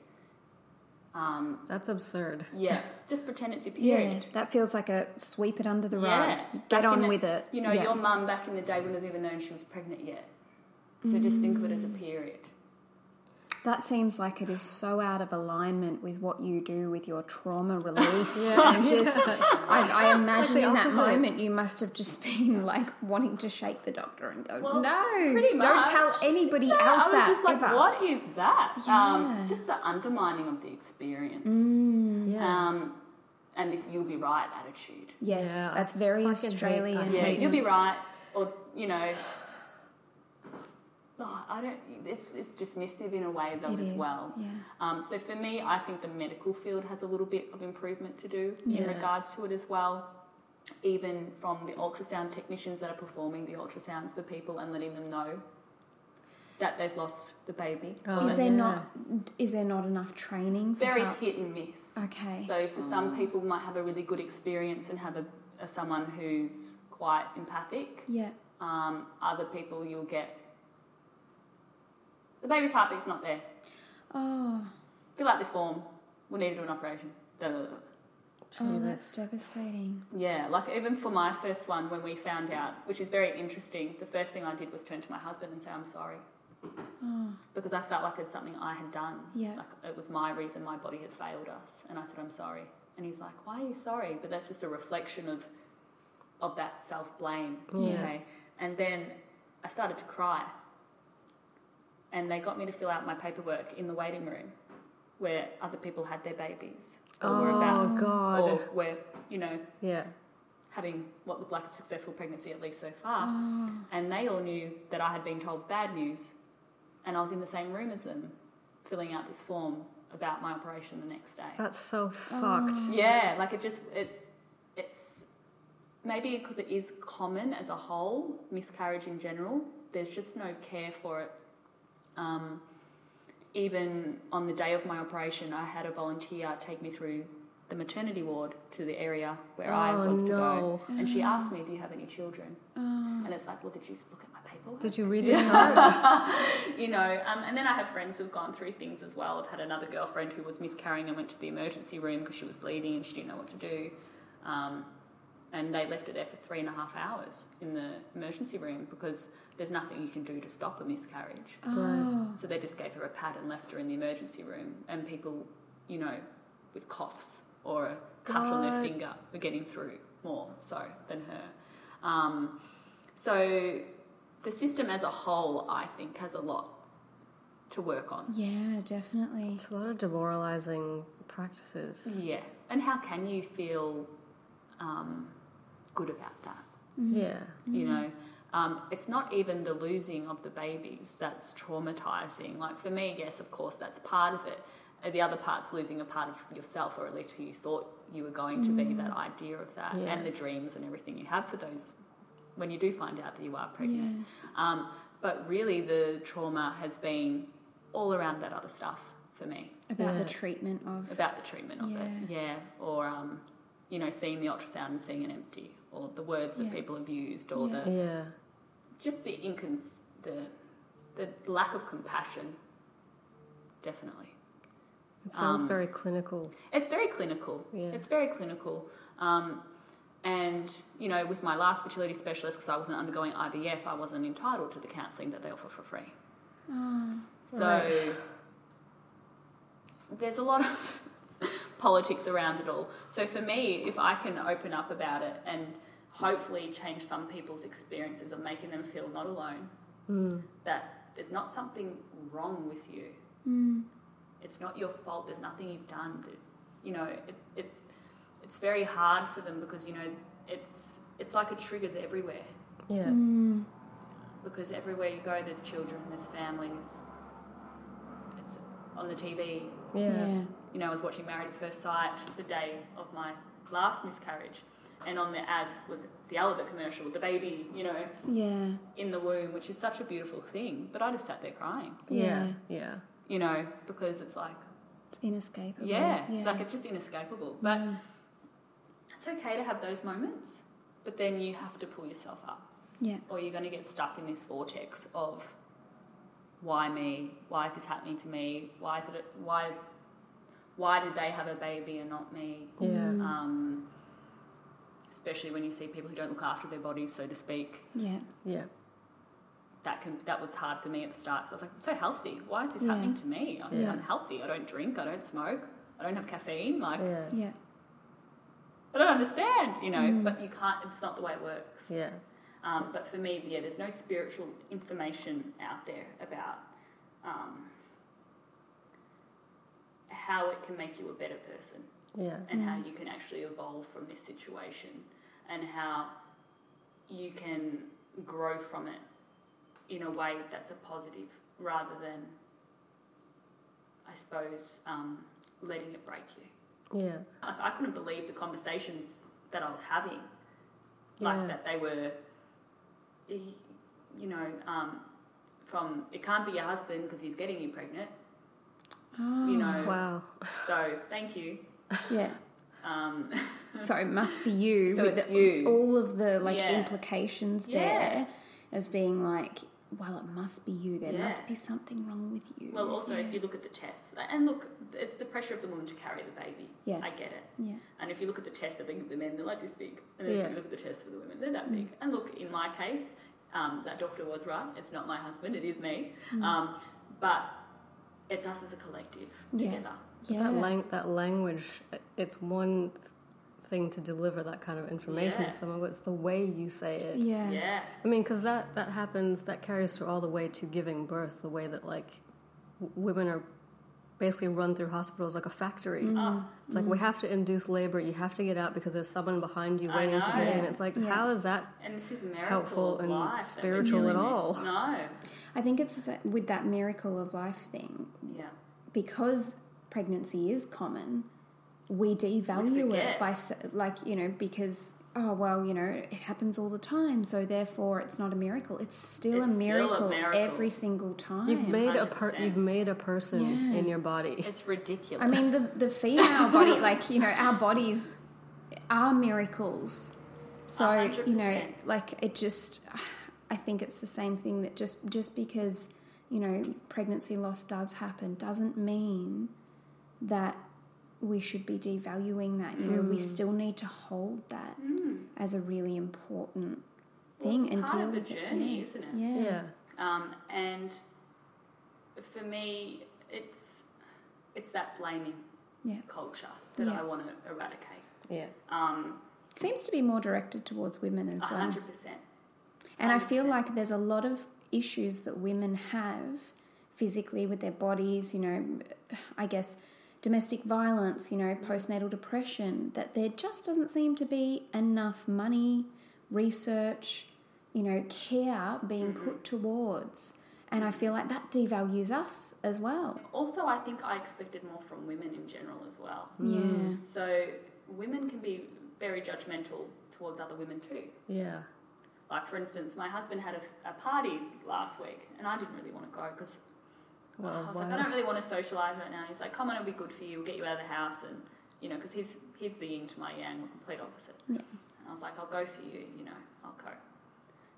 Speaker 1: Um,
Speaker 2: That's absurd.
Speaker 1: yeah, just pretend it's your period.
Speaker 5: Yeah, that feels like a sweep it under the rug.
Speaker 1: back
Speaker 5: Get on
Speaker 1: in
Speaker 5: with
Speaker 1: the-
Speaker 5: it.
Speaker 1: You know,
Speaker 5: Yeah.
Speaker 1: your mum back in the day wouldn't have even known she was pregnant yet. So just think of it as
Speaker 5: Mm.
Speaker 1: a period.
Speaker 5: That seems like it is so out of alignment with what you do with your trauma release.
Speaker 2: Yeah.
Speaker 5: And just, I, I imagine in that
Speaker 2: opposite.
Speaker 5: moment you must have just been like wanting to shake the doctor and go,
Speaker 1: Well,
Speaker 5: "No,
Speaker 1: pretty
Speaker 5: don't
Speaker 1: much.
Speaker 5: tell anybody
Speaker 1: Yeah,
Speaker 5: else
Speaker 1: I was
Speaker 5: that
Speaker 1: just like,
Speaker 5: ever."
Speaker 1: what is that?
Speaker 5: Yeah.
Speaker 1: Um, just the undermining of the experience.
Speaker 5: Mm.
Speaker 2: Yeah.
Speaker 1: Um, and this "you'll be right" attitude.
Speaker 5: Yes,
Speaker 2: Yeah, I
Speaker 5: that's very
Speaker 2: fucking hate
Speaker 5: Australian.
Speaker 2: that.
Speaker 1: Yeah,
Speaker 5: isn't
Speaker 1: you'll
Speaker 5: it?
Speaker 1: be right, or you know. Oh, I don't. It's it's dismissive in a way though
Speaker 5: It
Speaker 1: as
Speaker 5: is,
Speaker 1: well.
Speaker 5: yeah.
Speaker 1: Um, so for me, I think the medical field has a little bit of improvement to do in
Speaker 2: Yeah.
Speaker 1: regards to it as well. Even from the ultrasound technicians that are performing the ultrasounds for people and letting them know that they've lost the baby.
Speaker 2: Oh,
Speaker 5: is there
Speaker 2: yeah.
Speaker 5: not is there not enough training? For
Speaker 1: Very
Speaker 5: how-
Speaker 1: hit and miss.
Speaker 5: Okay. Oh.
Speaker 1: So for some people, might have a really good experience and have a, a someone who's quite empathic.
Speaker 5: yeah.
Speaker 1: um, other people you'll get the baby's heartbeat's not there
Speaker 5: Oh,
Speaker 1: fill out this form we need to do an operation Da, da, da, da.
Speaker 5: oh,
Speaker 2: Jesus.
Speaker 5: that's devastating.
Speaker 1: yeah like even for my first one when we found out which is very interesting the first thing i did was turn to my husband and say i'm sorry
Speaker 5: Oh,
Speaker 1: because i felt like it's something i had done
Speaker 5: Yeah.
Speaker 1: like it was my reason my body had failed us and i said i'm sorry and he's like why are you sorry but that's just a reflection of of that self-blame
Speaker 2: Yeah.
Speaker 1: okay and then i started to cry and they got me to fill out my paperwork in the waiting room where other people had their babies or were
Speaker 2: Oh,
Speaker 1: about
Speaker 2: God.
Speaker 1: or were you know
Speaker 2: Yeah.
Speaker 1: having what looked like a successful pregnancy at least so far
Speaker 2: Mm.
Speaker 5: Ah.
Speaker 1: and they all knew that i had been told bad news and i was in the same room as them filling out this form about my operation the next day
Speaker 2: That's so fucked.
Speaker 5: Oh.
Speaker 1: yeah like it just it's it's maybe because it is common as a whole miscarriage in general there's just no care for it um, even on the day of my operation i had a volunteer take me through the maternity ward to the area where i
Speaker 2: Oh,
Speaker 1: was to
Speaker 2: no. Oh.
Speaker 1: go and she asked me do you have any children and it's like well did you look at my paperwork
Speaker 2: Did you read the chart?
Speaker 1: you know, um, and then I have friends who've gone through things as well. I've had another girlfriend who was miscarrying and went to the emergency room because she was bleeding and she didn't know what to do. Um, and they left her there for three and a half hours in the emergency room because there's nothing you can do to stop a miscarriage.
Speaker 5: oh,
Speaker 1: So they just gave her a pad and left her in the emergency room. And people, you know, with coughs or a cut on their finger were getting through more so than her. Um, so the system as a whole, I think, has a lot to work on.
Speaker 5: yeah, definitely.
Speaker 2: It's a lot of demoralizing practices.
Speaker 1: Yeah. And how can you feel um, good about that?
Speaker 5: Mm.
Speaker 2: Yeah.
Speaker 1: you know um, it's not even the losing of the babies that's traumatizing like for me yes of course that's part of it Uh, the other part's losing a part of yourself or at least who you thought you were going to be that idea of that
Speaker 2: Yeah.
Speaker 1: and the dreams and everything you have for those when you do find out that you are pregnant um, but really the trauma has been all around that other stuff for me
Speaker 5: About the
Speaker 2: Yeah.
Speaker 5: treatment of
Speaker 1: about the treatment of it. Yeah. Or, um, you know, seeing the ultrasound and seeing an empty, or the words that
Speaker 5: Yeah.
Speaker 1: people have used, or
Speaker 5: Yeah.
Speaker 1: the
Speaker 2: Yeah.
Speaker 1: just the incons, the the lack of compassion. Definitely,
Speaker 2: It sounds
Speaker 1: Um,
Speaker 2: very clinical.
Speaker 1: it's very clinical.
Speaker 2: Yeah.
Speaker 1: It's very clinical. Um, and you know, with my last fertility specialist, because I wasn't undergoing IVF, I wasn't entitled to the counselling that they offer for free.
Speaker 5: Ah.
Speaker 1: So there's a lot of politics around it all. So for me, if I can open up about it and hopefully change some people's experiences of making them feel not alone, that there's not something wrong with you. It's not your fault. There's nothing you've done. That, you know, it, it's it's very hard for them because you know it's it's like it triggers everywhere
Speaker 2: Yeah.
Speaker 5: Mm.
Speaker 1: because everywhere you go, there's children, there's families. It's on the TV.
Speaker 2: Yeah.
Speaker 5: yeah.
Speaker 1: You know, I was watching Married at First Sight the day of my last miscarriage, and on the ads was the Alibit commercial, the baby, you know,
Speaker 5: Yeah.
Speaker 1: in the womb, which is such a beautiful thing. But I just sat there crying,
Speaker 5: Yeah.
Speaker 2: yeah, yeah.
Speaker 1: you know, because it's like,
Speaker 5: It's inescapable. Mm.
Speaker 1: yeah, like it's just inescapable. But it's okay to have those moments, but then you have to pull yourself up.
Speaker 5: yeah.
Speaker 1: or you're going to get stuck in this vortex of why me? Why is this happening to me? Why is it? Why? Why did they have a baby and not me?
Speaker 2: yeah.
Speaker 1: Um, especially when you see people who don't look after their bodies, so to speak.
Speaker 5: Yeah.
Speaker 2: Yeah.
Speaker 1: That can that was hard for me at the start. So I was like, I'm so healthy. Why is this
Speaker 5: Yeah.
Speaker 1: happening to me? I'm
Speaker 2: Yeah.
Speaker 1: unhealthy. I don't drink. I don't smoke. I don't have caffeine. Like
Speaker 2: Yeah.
Speaker 5: Yeah.
Speaker 1: I don't understand. You know,
Speaker 2: Mm.
Speaker 1: but you can't. It's not the way it works.
Speaker 2: Yeah.
Speaker 1: Um, but for me, yeah, there's no spiritual information out there about um, how it can make you a better person
Speaker 2: Yeah.
Speaker 1: and how you can actually evolve from this situation and how you can grow from it in a way that's a positive rather than, I suppose, um, letting it break you.
Speaker 2: Yeah.
Speaker 1: Like, I couldn't believe the conversations that I was having. Like
Speaker 2: Yeah.
Speaker 1: that they were, y- you know, um, from it can't be your husband because he's getting you pregnant.
Speaker 5: Oh.
Speaker 1: You know,
Speaker 2: Wow.
Speaker 1: so thank you.
Speaker 5: Yeah.
Speaker 1: Um,
Speaker 5: So it must be you
Speaker 1: So
Speaker 5: with
Speaker 1: it's
Speaker 5: the-
Speaker 1: you.
Speaker 5: all of the like
Speaker 1: Yeah.
Speaker 5: implications
Speaker 1: Yeah.
Speaker 5: there of being like, well, it must be you. There
Speaker 1: Yeah.
Speaker 5: must be something wrong with you.
Speaker 1: well, also if you look at the tests, and look, it's the pressure of the woman to carry the baby.
Speaker 5: Yeah.
Speaker 1: I get it.
Speaker 5: yeah,
Speaker 1: And if you look at the tests, I think of the men, they're like this big. And then if
Speaker 2: Yeah.
Speaker 1: you look at the tests for the women, they're that big.
Speaker 5: Mm.
Speaker 1: And look, in my case, um, that doctor was right. It's not my husband, it is me.
Speaker 5: Mm.
Speaker 1: Um, but it's us as a collective
Speaker 5: Yeah.
Speaker 1: together.
Speaker 5: yeah,
Speaker 2: That lang- that language. It's one thing to deliver that kind of information
Speaker 1: Yeah.
Speaker 2: to someone, but it's the way you say it.
Speaker 5: yeah,
Speaker 1: Yeah.
Speaker 2: I mean, because that that happens. That carries through all the way to giving birth. The way that like w- women are basically run through hospitals like a factory.
Speaker 1: Oh,
Speaker 2: It's like we have to induce labor. You have to get out because there's someone behind you
Speaker 1: I
Speaker 2: waiting to
Speaker 1: know.
Speaker 2: get in.
Speaker 5: Yeah.
Speaker 2: It's like
Speaker 5: Yeah.
Speaker 2: how is that?
Speaker 1: and this is a miracle
Speaker 2: Helpful
Speaker 1: of
Speaker 2: and
Speaker 1: life that we're
Speaker 2: spiritual
Speaker 1: dealing
Speaker 2: at
Speaker 1: with.
Speaker 2: all.
Speaker 1: No.
Speaker 5: I think it's the sa- with that miracle of life thing
Speaker 1: Yeah.
Speaker 5: because pregnancy is common. We devalue
Speaker 1: forget.
Speaker 5: it by s- like you know because oh well you know it happens all the time so therefore it's not a miracle it's still,
Speaker 1: It's still
Speaker 5: a,
Speaker 1: a
Speaker 5: miracle
Speaker 1: miracle.
Speaker 5: every single time
Speaker 2: You've made a per-
Speaker 1: 100%.
Speaker 2: You've made a person
Speaker 5: Yeah.
Speaker 2: in your body.
Speaker 1: It's ridiculous.
Speaker 5: I mean, the, the female body, like, you know, our bodies are miracles. So, you know,
Speaker 1: 100%.
Speaker 5: like, it just, I think it's the same thing that just, just because, you know, pregnancy loss does happen doesn't mean that we should be devaluing that. You know,
Speaker 1: Mm.
Speaker 5: we still need to hold that as a really important
Speaker 1: Hmm. Well,
Speaker 5: thing
Speaker 1: it's
Speaker 5: and
Speaker 1: part
Speaker 5: deal
Speaker 1: of a
Speaker 5: with
Speaker 1: journey,
Speaker 5: it.
Speaker 1: isn't it?
Speaker 5: Yeah.
Speaker 2: yeah.
Speaker 1: Um, and for me, it's, it's that blaming
Speaker 5: Yeah.
Speaker 1: culture that
Speaker 5: Yeah.
Speaker 1: I want to eradicate.
Speaker 2: Yeah.
Speaker 1: Um,
Speaker 5: It seems to be more directed towards women as well.
Speaker 1: 100%.
Speaker 5: And I feel
Speaker 1: 100%.
Speaker 5: like there's a lot of issues that women have physically with their bodies, you know, I guess domestic violence, you know, postnatal depression, that there just doesn't seem to be enough money, research, you know, care being
Speaker 1: Mm-hmm.
Speaker 5: put towards. And I feel like that devalues us as well.
Speaker 1: Also, I think I expected more from women in general as well.
Speaker 5: Yeah.
Speaker 1: So, women can be very judgmental towards other women too.
Speaker 2: Yeah.
Speaker 1: Like, for instance, my husband had a, a party last week, and I didn't really want to go because I
Speaker 2: Well,
Speaker 1: was like, I
Speaker 2: wow.
Speaker 1: don't really want to socialise right now. He's like, come on, it'll be good for you, we'll get you out of the house. And, you know, because he's, he's the yin to my yang, we're complete opposite.
Speaker 5: Yeah.
Speaker 1: And I was like, I'll go for you, you know, I'll go.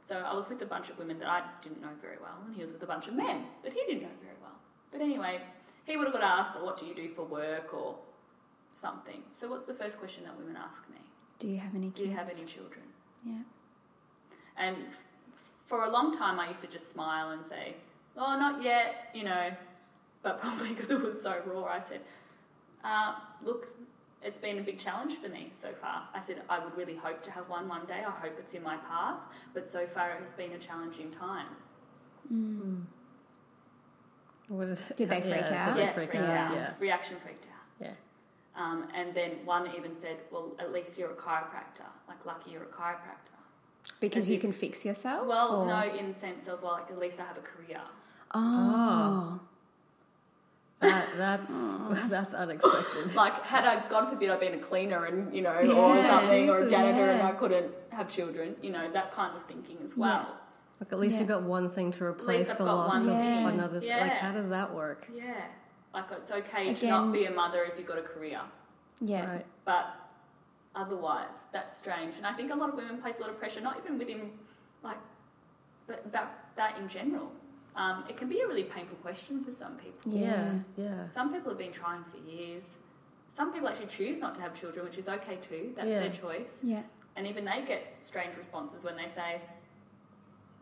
Speaker 1: So I was with a bunch of women that I didn't know very well, and he was with a bunch of men that he didn't know very well. But anyway, he would have got asked, oh, what do you do for work or something. So what's the first question that women ask me?
Speaker 5: Do you have any kids?
Speaker 1: Do you have any children?
Speaker 5: Yeah.
Speaker 1: And f- for a long time, I used to just smile and say, oh, not yet, you know, but probably because it was so raw, I said, uh, look, it's been a big challenge for me so far. I said, I would really hope to have one one day. I hope it's in my path, but so far it has been a challenging time. Mm.
Speaker 2: Hmm. What is
Speaker 5: Did they
Speaker 2: yeah,
Speaker 5: freak
Speaker 2: Did
Speaker 5: out?
Speaker 2: they freak out? Yeah.
Speaker 1: Reaction freaked out.
Speaker 2: Yeah.
Speaker 1: Um, and then one even said, well, at least you're a chiropractor. Like, lucky you're a chiropractor.
Speaker 5: Because
Speaker 1: As
Speaker 5: you
Speaker 1: if-
Speaker 5: can fix yourself?
Speaker 1: Well,
Speaker 5: or-
Speaker 1: no, in the sense of, well, like, at least I have a career.
Speaker 5: Oh.
Speaker 2: That, that's that's unexpected.
Speaker 6: Like, had I, God forbid, I'd been a cleaner and, you know, or
Speaker 5: Yeah,
Speaker 6: something, or a
Speaker 5: Jesus,
Speaker 6: janitor and
Speaker 5: yeah.
Speaker 6: I couldn't have children, you know, that kind of thinking as well.
Speaker 2: Like at least
Speaker 5: Yeah.
Speaker 2: you got one thing to replace
Speaker 1: I've
Speaker 2: the
Speaker 1: got
Speaker 2: loss
Speaker 1: one
Speaker 2: of
Speaker 5: thing.
Speaker 2: another. Th- Like
Speaker 1: Yeah.
Speaker 2: how does that work?
Speaker 1: Yeah. Like, it's okay to not
Speaker 5: Again-
Speaker 1: be a mother if you've got a career.
Speaker 5: Yeah.
Speaker 2: Right.
Speaker 1: but otherwise that's strange and i think a lot of women place a lot of pressure not even within like but that that in general um, it can be a really painful question for some people
Speaker 5: Yeah.
Speaker 2: Yeah.
Speaker 1: some people have been trying for years some people actually choose not to have children which is okay too that's
Speaker 2: Yeah.
Speaker 1: their choice
Speaker 5: Yeah.
Speaker 1: and even they get strange responses when they say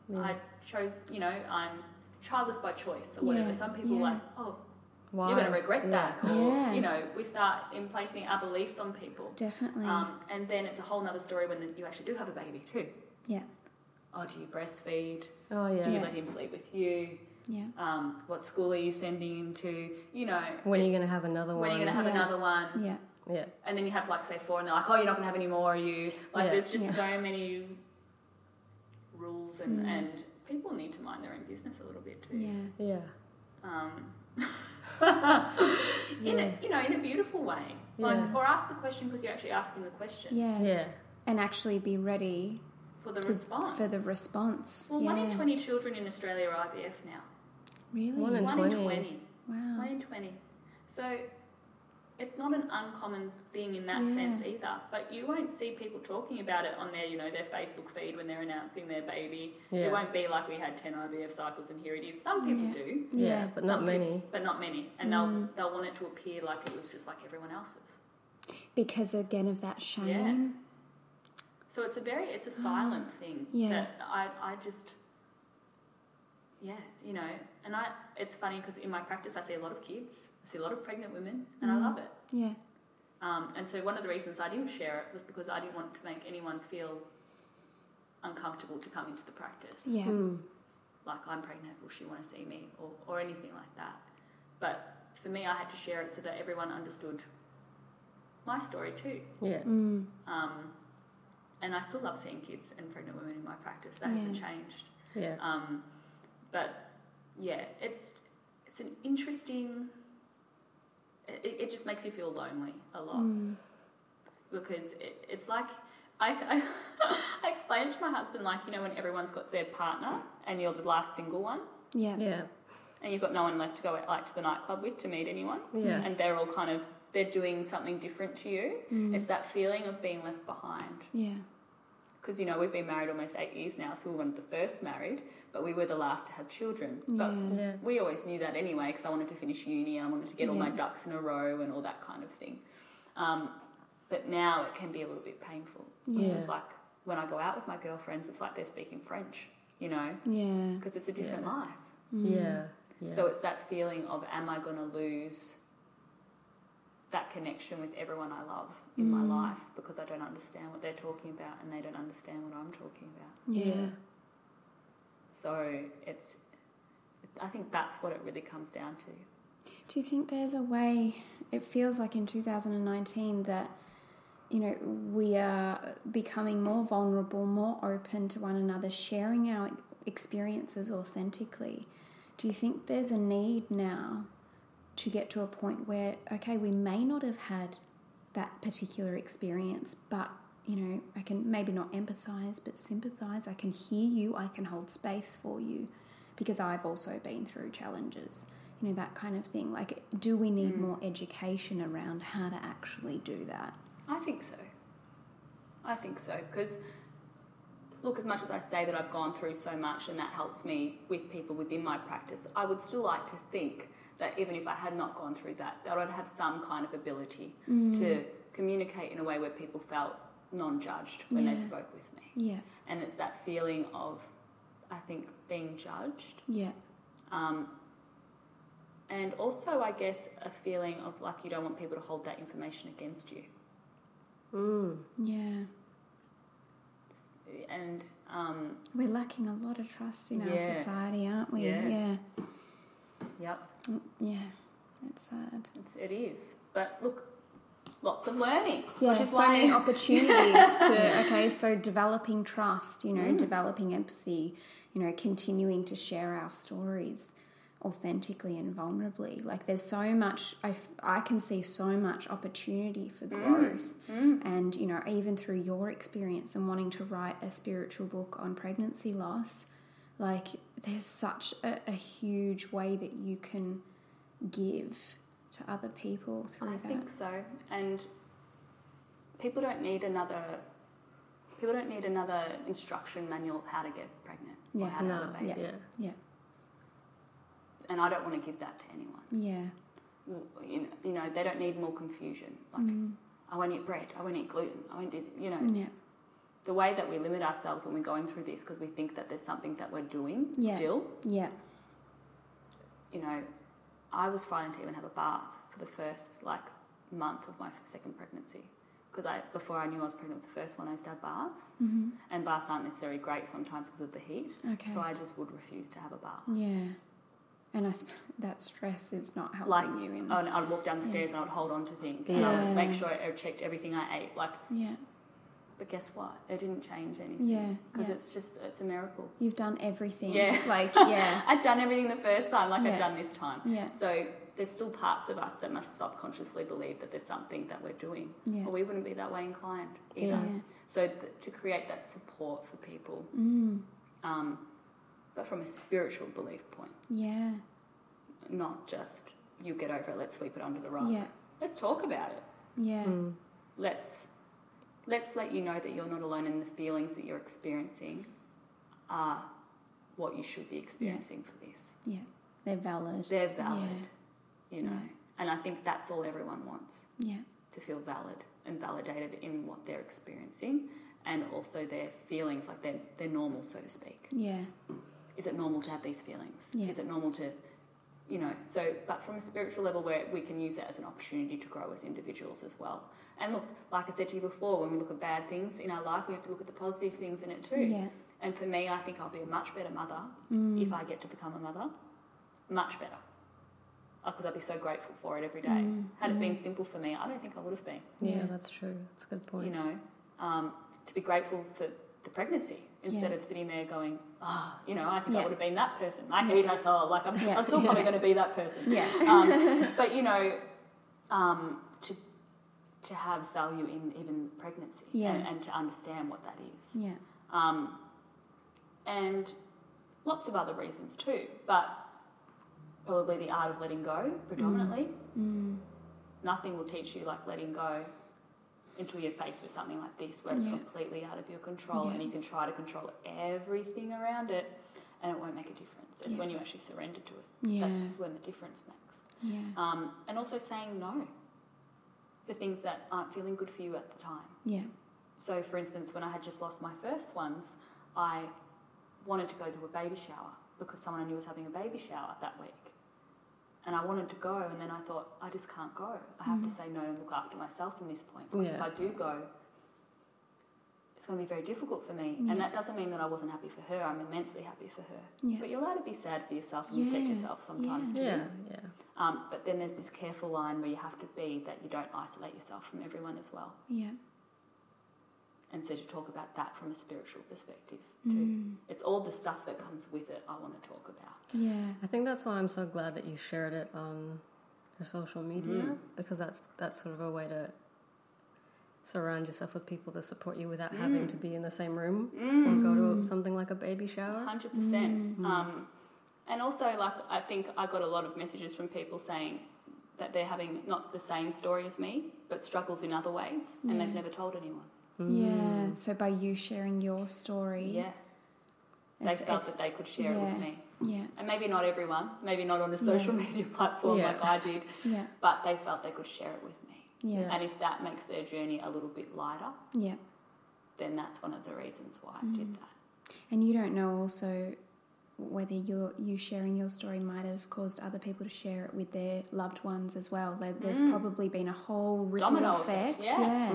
Speaker 2: Yeah.
Speaker 1: i chose you know i'm childless by choice or whatever
Speaker 5: Yeah,
Speaker 1: some people are
Speaker 5: yeah.
Speaker 1: like oh
Speaker 2: Why?
Speaker 1: you're going to regret
Speaker 2: Yeah.
Speaker 1: that or
Speaker 5: Yeah.
Speaker 1: you know we start implacing our beliefs on people
Speaker 5: Definitely.
Speaker 1: um, and then it's a whole nother story when you actually do have a baby too.
Speaker 5: yeah.
Speaker 1: Oh, do you breastfeed?
Speaker 2: Oh yeah.
Speaker 1: Do you
Speaker 5: Yeah.
Speaker 1: let him sleep with you?
Speaker 5: Yeah.
Speaker 1: Um, what school are you sending him to? You know,
Speaker 2: When are you
Speaker 1: it's-
Speaker 2: going to have another one?
Speaker 1: When are you going to have
Speaker 5: Yeah.
Speaker 1: another one?
Speaker 5: Yeah.
Speaker 2: yeah.
Speaker 1: And then you have like say four, and they're like, oh, you're not going to have any more, are you? Like,
Speaker 2: Yeah.
Speaker 1: there's just
Speaker 5: Yeah. Mm.
Speaker 1: so many rules, and and people need to mind their own business a little bit too.
Speaker 5: Yeah.
Speaker 2: Yeah.
Speaker 1: um, in a, you know, in a beautiful way, like
Speaker 2: Yeah.
Speaker 1: or ask the question because you're actually asking the question
Speaker 5: Yeah.
Speaker 2: Yeah.
Speaker 5: And actually be ready
Speaker 1: for the
Speaker 5: to,
Speaker 1: response.
Speaker 5: for the response.
Speaker 1: Well,
Speaker 5: yeah.
Speaker 1: one in 20 children in Australia are IVF now.
Speaker 5: Really?
Speaker 2: One in
Speaker 1: one in
Speaker 2: 20.
Speaker 1: 20. One
Speaker 5: wow.
Speaker 1: in 20. So it's not an uncommon thing in that
Speaker 5: Yeah.
Speaker 1: sense either. But you won't see people talking about it on their, you know, their Facebook feed when they're announcing their baby.
Speaker 2: Yeah.
Speaker 1: It won't be like we had 10 IVF cycles and here it is. Some people
Speaker 5: Yeah. Mm.
Speaker 1: do.
Speaker 2: Yeah.
Speaker 5: Yeah.
Speaker 2: But not
Speaker 1: Some
Speaker 2: many.
Speaker 1: peop- but not many. And they'll, they'll want it to appear like it was just like everyone else's.
Speaker 5: Because again of that shame.
Speaker 1: So it's a very it's a silent thing.
Speaker 5: Oh. Yeah.
Speaker 1: That I I just yeah you know and I it's funny because in my practice I see a lot of kids I see a lot of pregnant women and
Speaker 5: Mm.
Speaker 1: I love it.
Speaker 5: Yeah.
Speaker 1: Um, and so one of the reasons I didn't share it was because I didn't want to make anyone feel uncomfortable to come into the practice.
Speaker 5: Yeah.
Speaker 2: Hmm.
Speaker 1: Like I'm pregnant, will she want to see me or or anything like that. But for me, I had to share it so that everyone understood my story too.
Speaker 2: Yeah.
Speaker 5: Mm.
Speaker 1: Um, and I still love seeing kids and pregnant women in my practice. That hasn't changed.
Speaker 2: Yeah.
Speaker 1: Um, but yeah, it's it's an interesting. It, it just makes you feel lonely a lot
Speaker 5: Mm.
Speaker 1: because it, it's like I, I, I explained to my husband like you know when everyone's got their partner and you're the last single one
Speaker 5: Yeah.
Speaker 2: Yeah.
Speaker 1: and you've got no one left to go out, like to the nightclub with to meet anyone
Speaker 2: Yeah.
Speaker 1: and they're all kind of they're doing something different to you it's that feeling of being left behind
Speaker 5: Mm. Yeah.
Speaker 1: because you know we've been married almost eight years now, so we were one of the first married, but we were the last to have children. But
Speaker 5: Yeah.
Speaker 2: Yeah.
Speaker 1: we always knew that anyway, because I wanted to finish uni, I wanted to get all my
Speaker 5: Yeah.
Speaker 1: ducks in a row, and all that kind of thing. Um, but now it can be a little bit painful. 'cause It's
Speaker 2: Yeah.
Speaker 1: like when I go out with my girlfriends, it's like they're speaking French, you know,
Speaker 5: Yeah. Mm.
Speaker 1: because it's a different
Speaker 2: Yeah.
Speaker 1: life.
Speaker 2: Yeah. Yeah.
Speaker 1: So it's that feeling of am I going to lose that connection with everyone I love in
Speaker 2: Mm.
Speaker 1: my life because I don't understand what they're talking about and they don't understand what I'm talking about.
Speaker 5: Yeah.
Speaker 2: Yeah.
Speaker 1: So it's, I think that's what it really comes down to.
Speaker 5: Do you think there's a way? It feels like in 2019 that you know we are becoming more vulnerable, more open to one another, sharing our experiences authentically. Do you think there's a need now to get to a point where okay, we may not have had that particular experience, but you know, I can maybe not empathize, but sympathize. I can hear you. I can hold space for you because I've also been through challenges, you know, that kind of thing. Like, do we need more education around how to actually do that?
Speaker 1: I think so. I think so because look, as much as I say that I've gone through so much and that helps me with people within my practice, I would still like to think that even if I had not gone through that, that I'd have some kind of ability
Speaker 5: Mm.
Speaker 1: to communicate in a way where people felt non-judged when they
Speaker 5: Yeah.
Speaker 1: spoke with me.
Speaker 5: Yeah,
Speaker 1: And it's that feeling of, I think, being judged
Speaker 5: yeah,
Speaker 1: Um, and also, I guess, a feeling of like you don't want people to hold that information against you.
Speaker 2: Mm.
Speaker 5: yeah.
Speaker 1: And um,
Speaker 5: We're lacking a lot of trust in our
Speaker 1: Yeah.
Speaker 5: society, aren't we?
Speaker 1: Yeah.
Speaker 5: yeah,
Speaker 1: yep,
Speaker 5: Mm, yeah. It's sad.
Speaker 1: it's, it is. But look, lots of learning.
Speaker 5: Yeah,
Speaker 1: which is
Speaker 5: so
Speaker 1: why
Speaker 5: many opportunities to okay. So developing
Speaker 1: Mm.
Speaker 5: trust, you know, developing empathy, you know, continuing to share our stories. authentically and vulnerably. Like there's so much I, f- I can see so much opportunity
Speaker 1: Mm.
Speaker 5: for growth, and you know even through your experience and wanting to write a spiritual book on pregnancy loss, like there's such a, a huge way that you can give to other people through
Speaker 1: I
Speaker 5: that.
Speaker 1: think so. And people don't need another. People don't need another instruction manual of how to get pregnant
Speaker 5: Yeah.
Speaker 1: or how to have a baby.
Speaker 5: Yeah.
Speaker 2: yeah.
Speaker 5: yeah,
Speaker 1: And I don't want to give that to anyone. Mm,
Speaker 5: yeah,
Speaker 1: You know, you know, they don't need more confusion. Like,
Speaker 5: Mm.
Speaker 1: I won't eat bread. I won't eat gluten. I won't do. You know,
Speaker 5: Mm-hmm. yeah.
Speaker 1: the way that we limit ourselves when we're going through this because we think that there's something that we're doing
Speaker 5: Yeah.
Speaker 1: still.
Speaker 5: Yeah.
Speaker 1: You know, I was failing to even have a bath for the first like month of my second pregnancy because I before I knew I was pregnant with the first one, I used to have baths,
Speaker 5: hmm
Speaker 1: and baths aren't necessarily great sometimes because of the heat.
Speaker 5: Okay.
Speaker 1: So I just would refuse to have a bath.
Speaker 5: yeah. And I sp- that stress is not helping
Speaker 1: Like, um,
Speaker 5: you in.
Speaker 1: And I'd walk down the stairs and I'd hold on to things and I
Speaker 5: Yeah.
Speaker 1: would make sure I checked everything I ate. Like,
Speaker 5: yeah.
Speaker 1: but guess what? It didn't change anything.
Speaker 5: Yeah.
Speaker 1: Because
Speaker 5: yeah.
Speaker 1: it's just it's a miracle.
Speaker 5: You've done everything.
Speaker 1: Yeah.
Speaker 5: Like yeah.
Speaker 1: I'd done everything the first time, like
Speaker 5: Yeah.
Speaker 1: I'd done this time.
Speaker 5: Yeah.
Speaker 1: So there's still parts of us that must subconsciously believe that there's something that we're doing,
Speaker 5: Yeah.
Speaker 1: or we wouldn't be that way inclined either.
Speaker 5: Yeah.
Speaker 1: So th- to create that support for people,
Speaker 5: Mm.
Speaker 1: um, but from a spiritual belief point,
Speaker 5: Yeah.
Speaker 1: not just you get over it, let's sweep it under the rug.
Speaker 5: Yeah.
Speaker 1: Let's talk about it.
Speaker 5: Yeah.
Speaker 1: Mm. Let's let's let you know that you're not alone and the feelings that you're experiencing are what you should be experiencing for this.
Speaker 5: Yeah. They're valid.
Speaker 1: They're valid, you know.
Speaker 5: Yeah.
Speaker 1: And I think that's all everyone wants
Speaker 5: Yeah.
Speaker 1: to feel valid and validated in what they're experiencing and also their feelings, like they're, they're normal, so to speak.
Speaker 5: Yeah.
Speaker 1: Is it normal to have these feelings?
Speaker 5: Yeah.
Speaker 1: Is it normal to, you know, so, but from a spiritual level where we can use that as an opportunity to grow as individuals as well. And look, like I said to you before, when we look at bad things in our life, we have to look at the positive things in it too.
Speaker 5: Yeah. Mm.
Speaker 1: And for me, I think I'll be a much better mother if I get to become a mother. Much better. Because I'd be so grateful for it every day.
Speaker 5: Mm.
Speaker 1: Had it been simple for me, I don't think I would have been,
Speaker 2: Yeah,
Speaker 5: Yeah.
Speaker 2: that's true. That's a good point.
Speaker 1: you know. Um, to be grateful for the pregnancy instead
Speaker 5: Yeah.
Speaker 1: of sitting there going, oh, you know, I think
Speaker 5: Yeah.
Speaker 1: I would have been that person. I hate myself. Like, I'm,
Speaker 5: Yeah.
Speaker 1: I'm still probably going to be that person.
Speaker 5: Yeah.
Speaker 1: Um, but, you know, um, to, to have value in even pregnancy
Speaker 5: Yeah.
Speaker 1: and, and to understand what that is
Speaker 5: Yeah.
Speaker 1: um, and lots of other reasons too. But probably the art of letting go predominantly.
Speaker 5: Mm.
Speaker 1: Nothing will teach you like letting go until you're faced with something like this, where it's
Speaker 5: Yeah.
Speaker 1: completely out of your control, and
Speaker 5: Yeah.
Speaker 1: you can try to control everything around it, and it won't make a difference. It's
Speaker 5: Yeah.
Speaker 1: when you actually surrender to it.
Speaker 5: Yeah.
Speaker 1: That's when the difference makes.
Speaker 5: Yeah.
Speaker 1: Um, and also saying no for things that aren't feeling good for you at the time.
Speaker 5: Yeah.
Speaker 1: So, for instance, when I had just lost my first ones, I wanted to go to a baby shower because someone I knew was having a baby shower that week. And I wanted to go, and then I thought, I just can't go. I have
Speaker 5: Mm-hmm.
Speaker 1: to say no and look after myself from this point because if
Speaker 2: Yeah.
Speaker 1: I do go, it's going to be very difficult for me.
Speaker 5: Yeah.
Speaker 1: And that doesn't mean that I wasn't happy for her. I'm immensely happy for her.
Speaker 5: Yeah.
Speaker 1: But you're allowed to be sad for yourself and
Speaker 5: Yeah.
Speaker 1: protect yourself sometimes
Speaker 5: Yeah.
Speaker 1: too.
Speaker 2: Yeah, yeah.
Speaker 1: Um, but then there's this careful line where you have to be that you don't isolate yourself from everyone as well
Speaker 5: Yeah.
Speaker 1: and so to talk about that from a spiritual perspective too.
Speaker 5: Mm.
Speaker 1: It's all the stuff that comes with it I want to talk about.
Speaker 5: Yeah.
Speaker 2: I think that's why I'm so glad that you shared it on your social media
Speaker 1: Mm.
Speaker 2: because that's that's sort of a way to surround yourself with people to support you without having to be in the same room
Speaker 5: Mm.
Speaker 2: or go to something like a baby shower.
Speaker 1: 100%.
Speaker 5: Mm-hmm.
Speaker 1: Um, and also, like, I think I got a lot of messages from people saying that they're having not the same story as me, but struggles in other ways, and
Speaker 5: Yeah.
Speaker 1: they've never told anyone.
Speaker 5: Yeah.
Speaker 2: Mm.
Speaker 5: So by you sharing your story,
Speaker 1: Mm. Yeah. They
Speaker 5: it's,
Speaker 1: felt
Speaker 5: it's
Speaker 1: that they could share it
Speaker 5: yeah.
Speaker 1: with me.
Speaker 5: yeah,
Speaker 1: And maybe not everyone, maybe not on a
Speaker 5: Yeah.
Speaker 1: social media platform
Speaker 2: Yeah.
Speaker 1: like I did,
Speaker 5: yeah,
Speaker 1: but they felt they could share it with me.
Speaker 5: yeah,
Speaker 1: And if that makes their journey a little bit lighter,
Speaker 5: yeah.
Speaker 1: then that's one of the reasons why I
Speaker 5: Mm.
Speaker 1: did that.
Speaker 5: And you don't know also whether you're, you sharing your story might have caused other people to share it with their loved ones as well. There- There's probably been a whole ripple
Speaker 1: Mm. Domino
Speaker 5: effect,
Speaker 1: effect, yeah.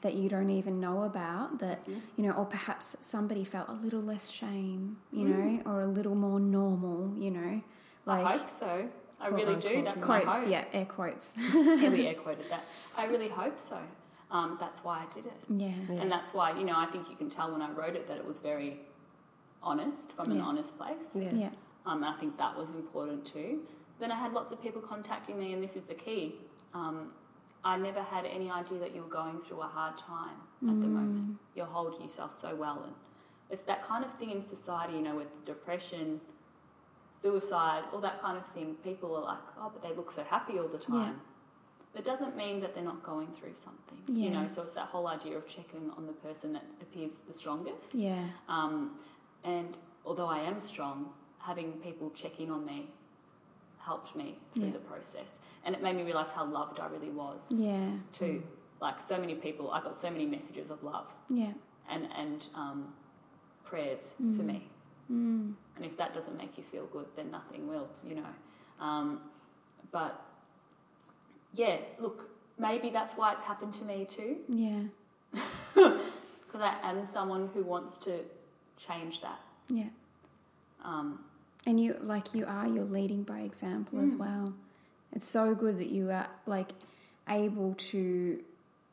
Speaker 5: that you don't even know about. That you know, or perhaps somebody felt a little less shame, you know, or a little more normal, you know, like
Speaker 1: Mm. I hope so. I really do.
Speaker 2: unquote.
Speaker 1: That's my
Speaker 5: quotes,
Speaker 1: hope.
Speaker 5: yeah, air quotes,
Speaker 1: Yeah, we air quoted that. I really hope so. Um, that's why I did it,
Speaker 5: yeah,
Speaker 1: and that's why you know I think you can tell when I wrote it that it was very honest from an
Speaker 5: Yeah.
Speaker 1: honest place.
Speaker 2: Yeah.
Speaker 5: yeah,
Speaker 1: Um, and I think that was important too. Then I had lots of people contacting me, and this is the key. Um, I never had any idea that you were going through a hard time at the moment. You're holding yourself so well, and it's that kind of thing in society, you know, with depression, suicide, all that kind of thing. People are like, oh, but they look so happy all the time. It doesn't mean that they're not going through something, you
Speaker 5: Yeah.
Speaker 1: know. So it's that whole idea of checking on the person that appears the strongest.
Speaker 5: Yeah.
Speaker 1: Um, and although I am strong, having people check in on me helped me through
Speaker 5: Yeah.
Speaker 1: the process. And it made me realise how loved I really was,
Speaker 5: Yeah.
Speaker 1: too. Like, so many people, I got so many messages of love
Speaker 5: Yeah.
Speaker 1: and, and um, prayers for me.
Speaker 5: Mm.
Speaker 1: And if that doesn't make you feel good, then nothing will, you know. Um, but yeah, look, maybe that's why it's happened to me, too.
Speaker 5: Yeah.
Speaker 1: because I am someone who wants to change that.
Speaker 5: Yeah.
Speaker 1: Um,
Speaker 5: And you, like you are, you're leading by example
Speaker 1: Hmm.
Speaker 5: as well. It's so good that you are like able to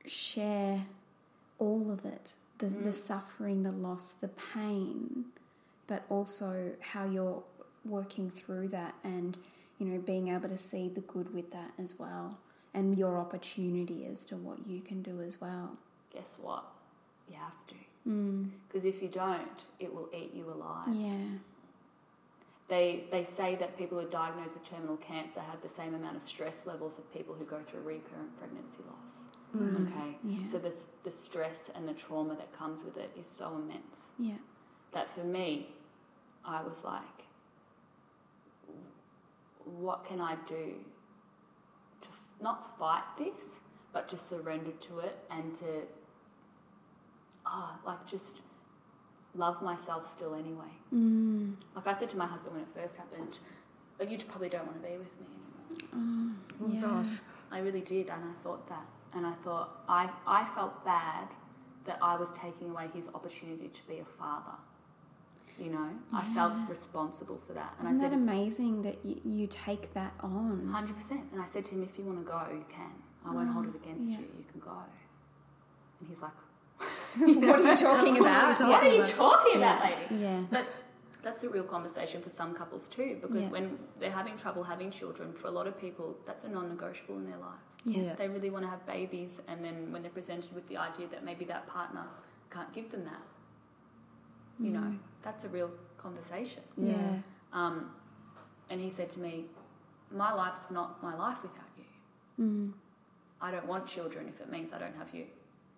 Speaker 5: share all of it the,
Speaker 1: Hmm.
Speaker 5: the suffering, the loss, the pain, but also how you're working through that and, you know, being able to see the good with that as well and your opportunity as to what you can do as well.
Speaker 1: guess what? You have to. Because if you don't, it will eat you alive.
Speaker 5: Yeah.
Speaker 1: They, they say that people who are diagnosed with terminal cancer have the same amount of stress levels of people who go through recurrent pregnancy loss.
Speaker 2: Mm.
Speaker 1: Okay?
Speaker 5: Mm. Yeah.
Speaker 1: So the, s- the stress and the trauma that comes with it is so immense.
Speaker 5: Yeah.
Speaker 1: that for me, I was like, what can I do to f- not fight this, but to surrender to it and to, ah, like just love myself still anyway.
Speaker 5: Mm.
Speaker 1: Like I said to my husband when it first happened, like, you probably don't want to be with me anymore.
Speaker 2: Oh
Speaker 5: yeah.
Speaker 2: gosh.
Speaker 1: I really did, and I thought that. And I thought, I, I felt bad that I was taking away his opportunity to be a father. You know, I felt responsible for that. And
Speaker 5: Isn't
Speaker 1: I
Speaker 5: that
Speaker 1: said,
Speaker 5: amazing that you, you take that on?
Speaker 1: 100%. And I said to him, if you want to go, you can. I won't hold it against
Speaker 5: Mm, yeah.
Speaker 1: you. You can go. And he's like,
Speaker 5: what are you talking about?
Speaker 1: what are you talking about, lady?
Speaker 5: Yeah.
Speaker 1: That's a real conversation for some couples too, because
Speaker 5: Yeah.
Speaker 1: when they're having trouble having children, for a lot of people, that's a non negotiable in their life.
Speaker 5: Yeah.
Speaker 2: Yeah.
Speaker 1: They really want to have babies, and then when they're presented with the idea that maybe that partner can't give them that, you know,
Speaker 5: Mm.
Speaker 1: that's a real conversation.
Speaker 5: Yeah.
Speaker 2: Yeah.
Speaker 1: Um, and he said to me, My life's not my life without you.
Speaker 5: Mm.
Speaker 1: I don't want children if it means I don't have you.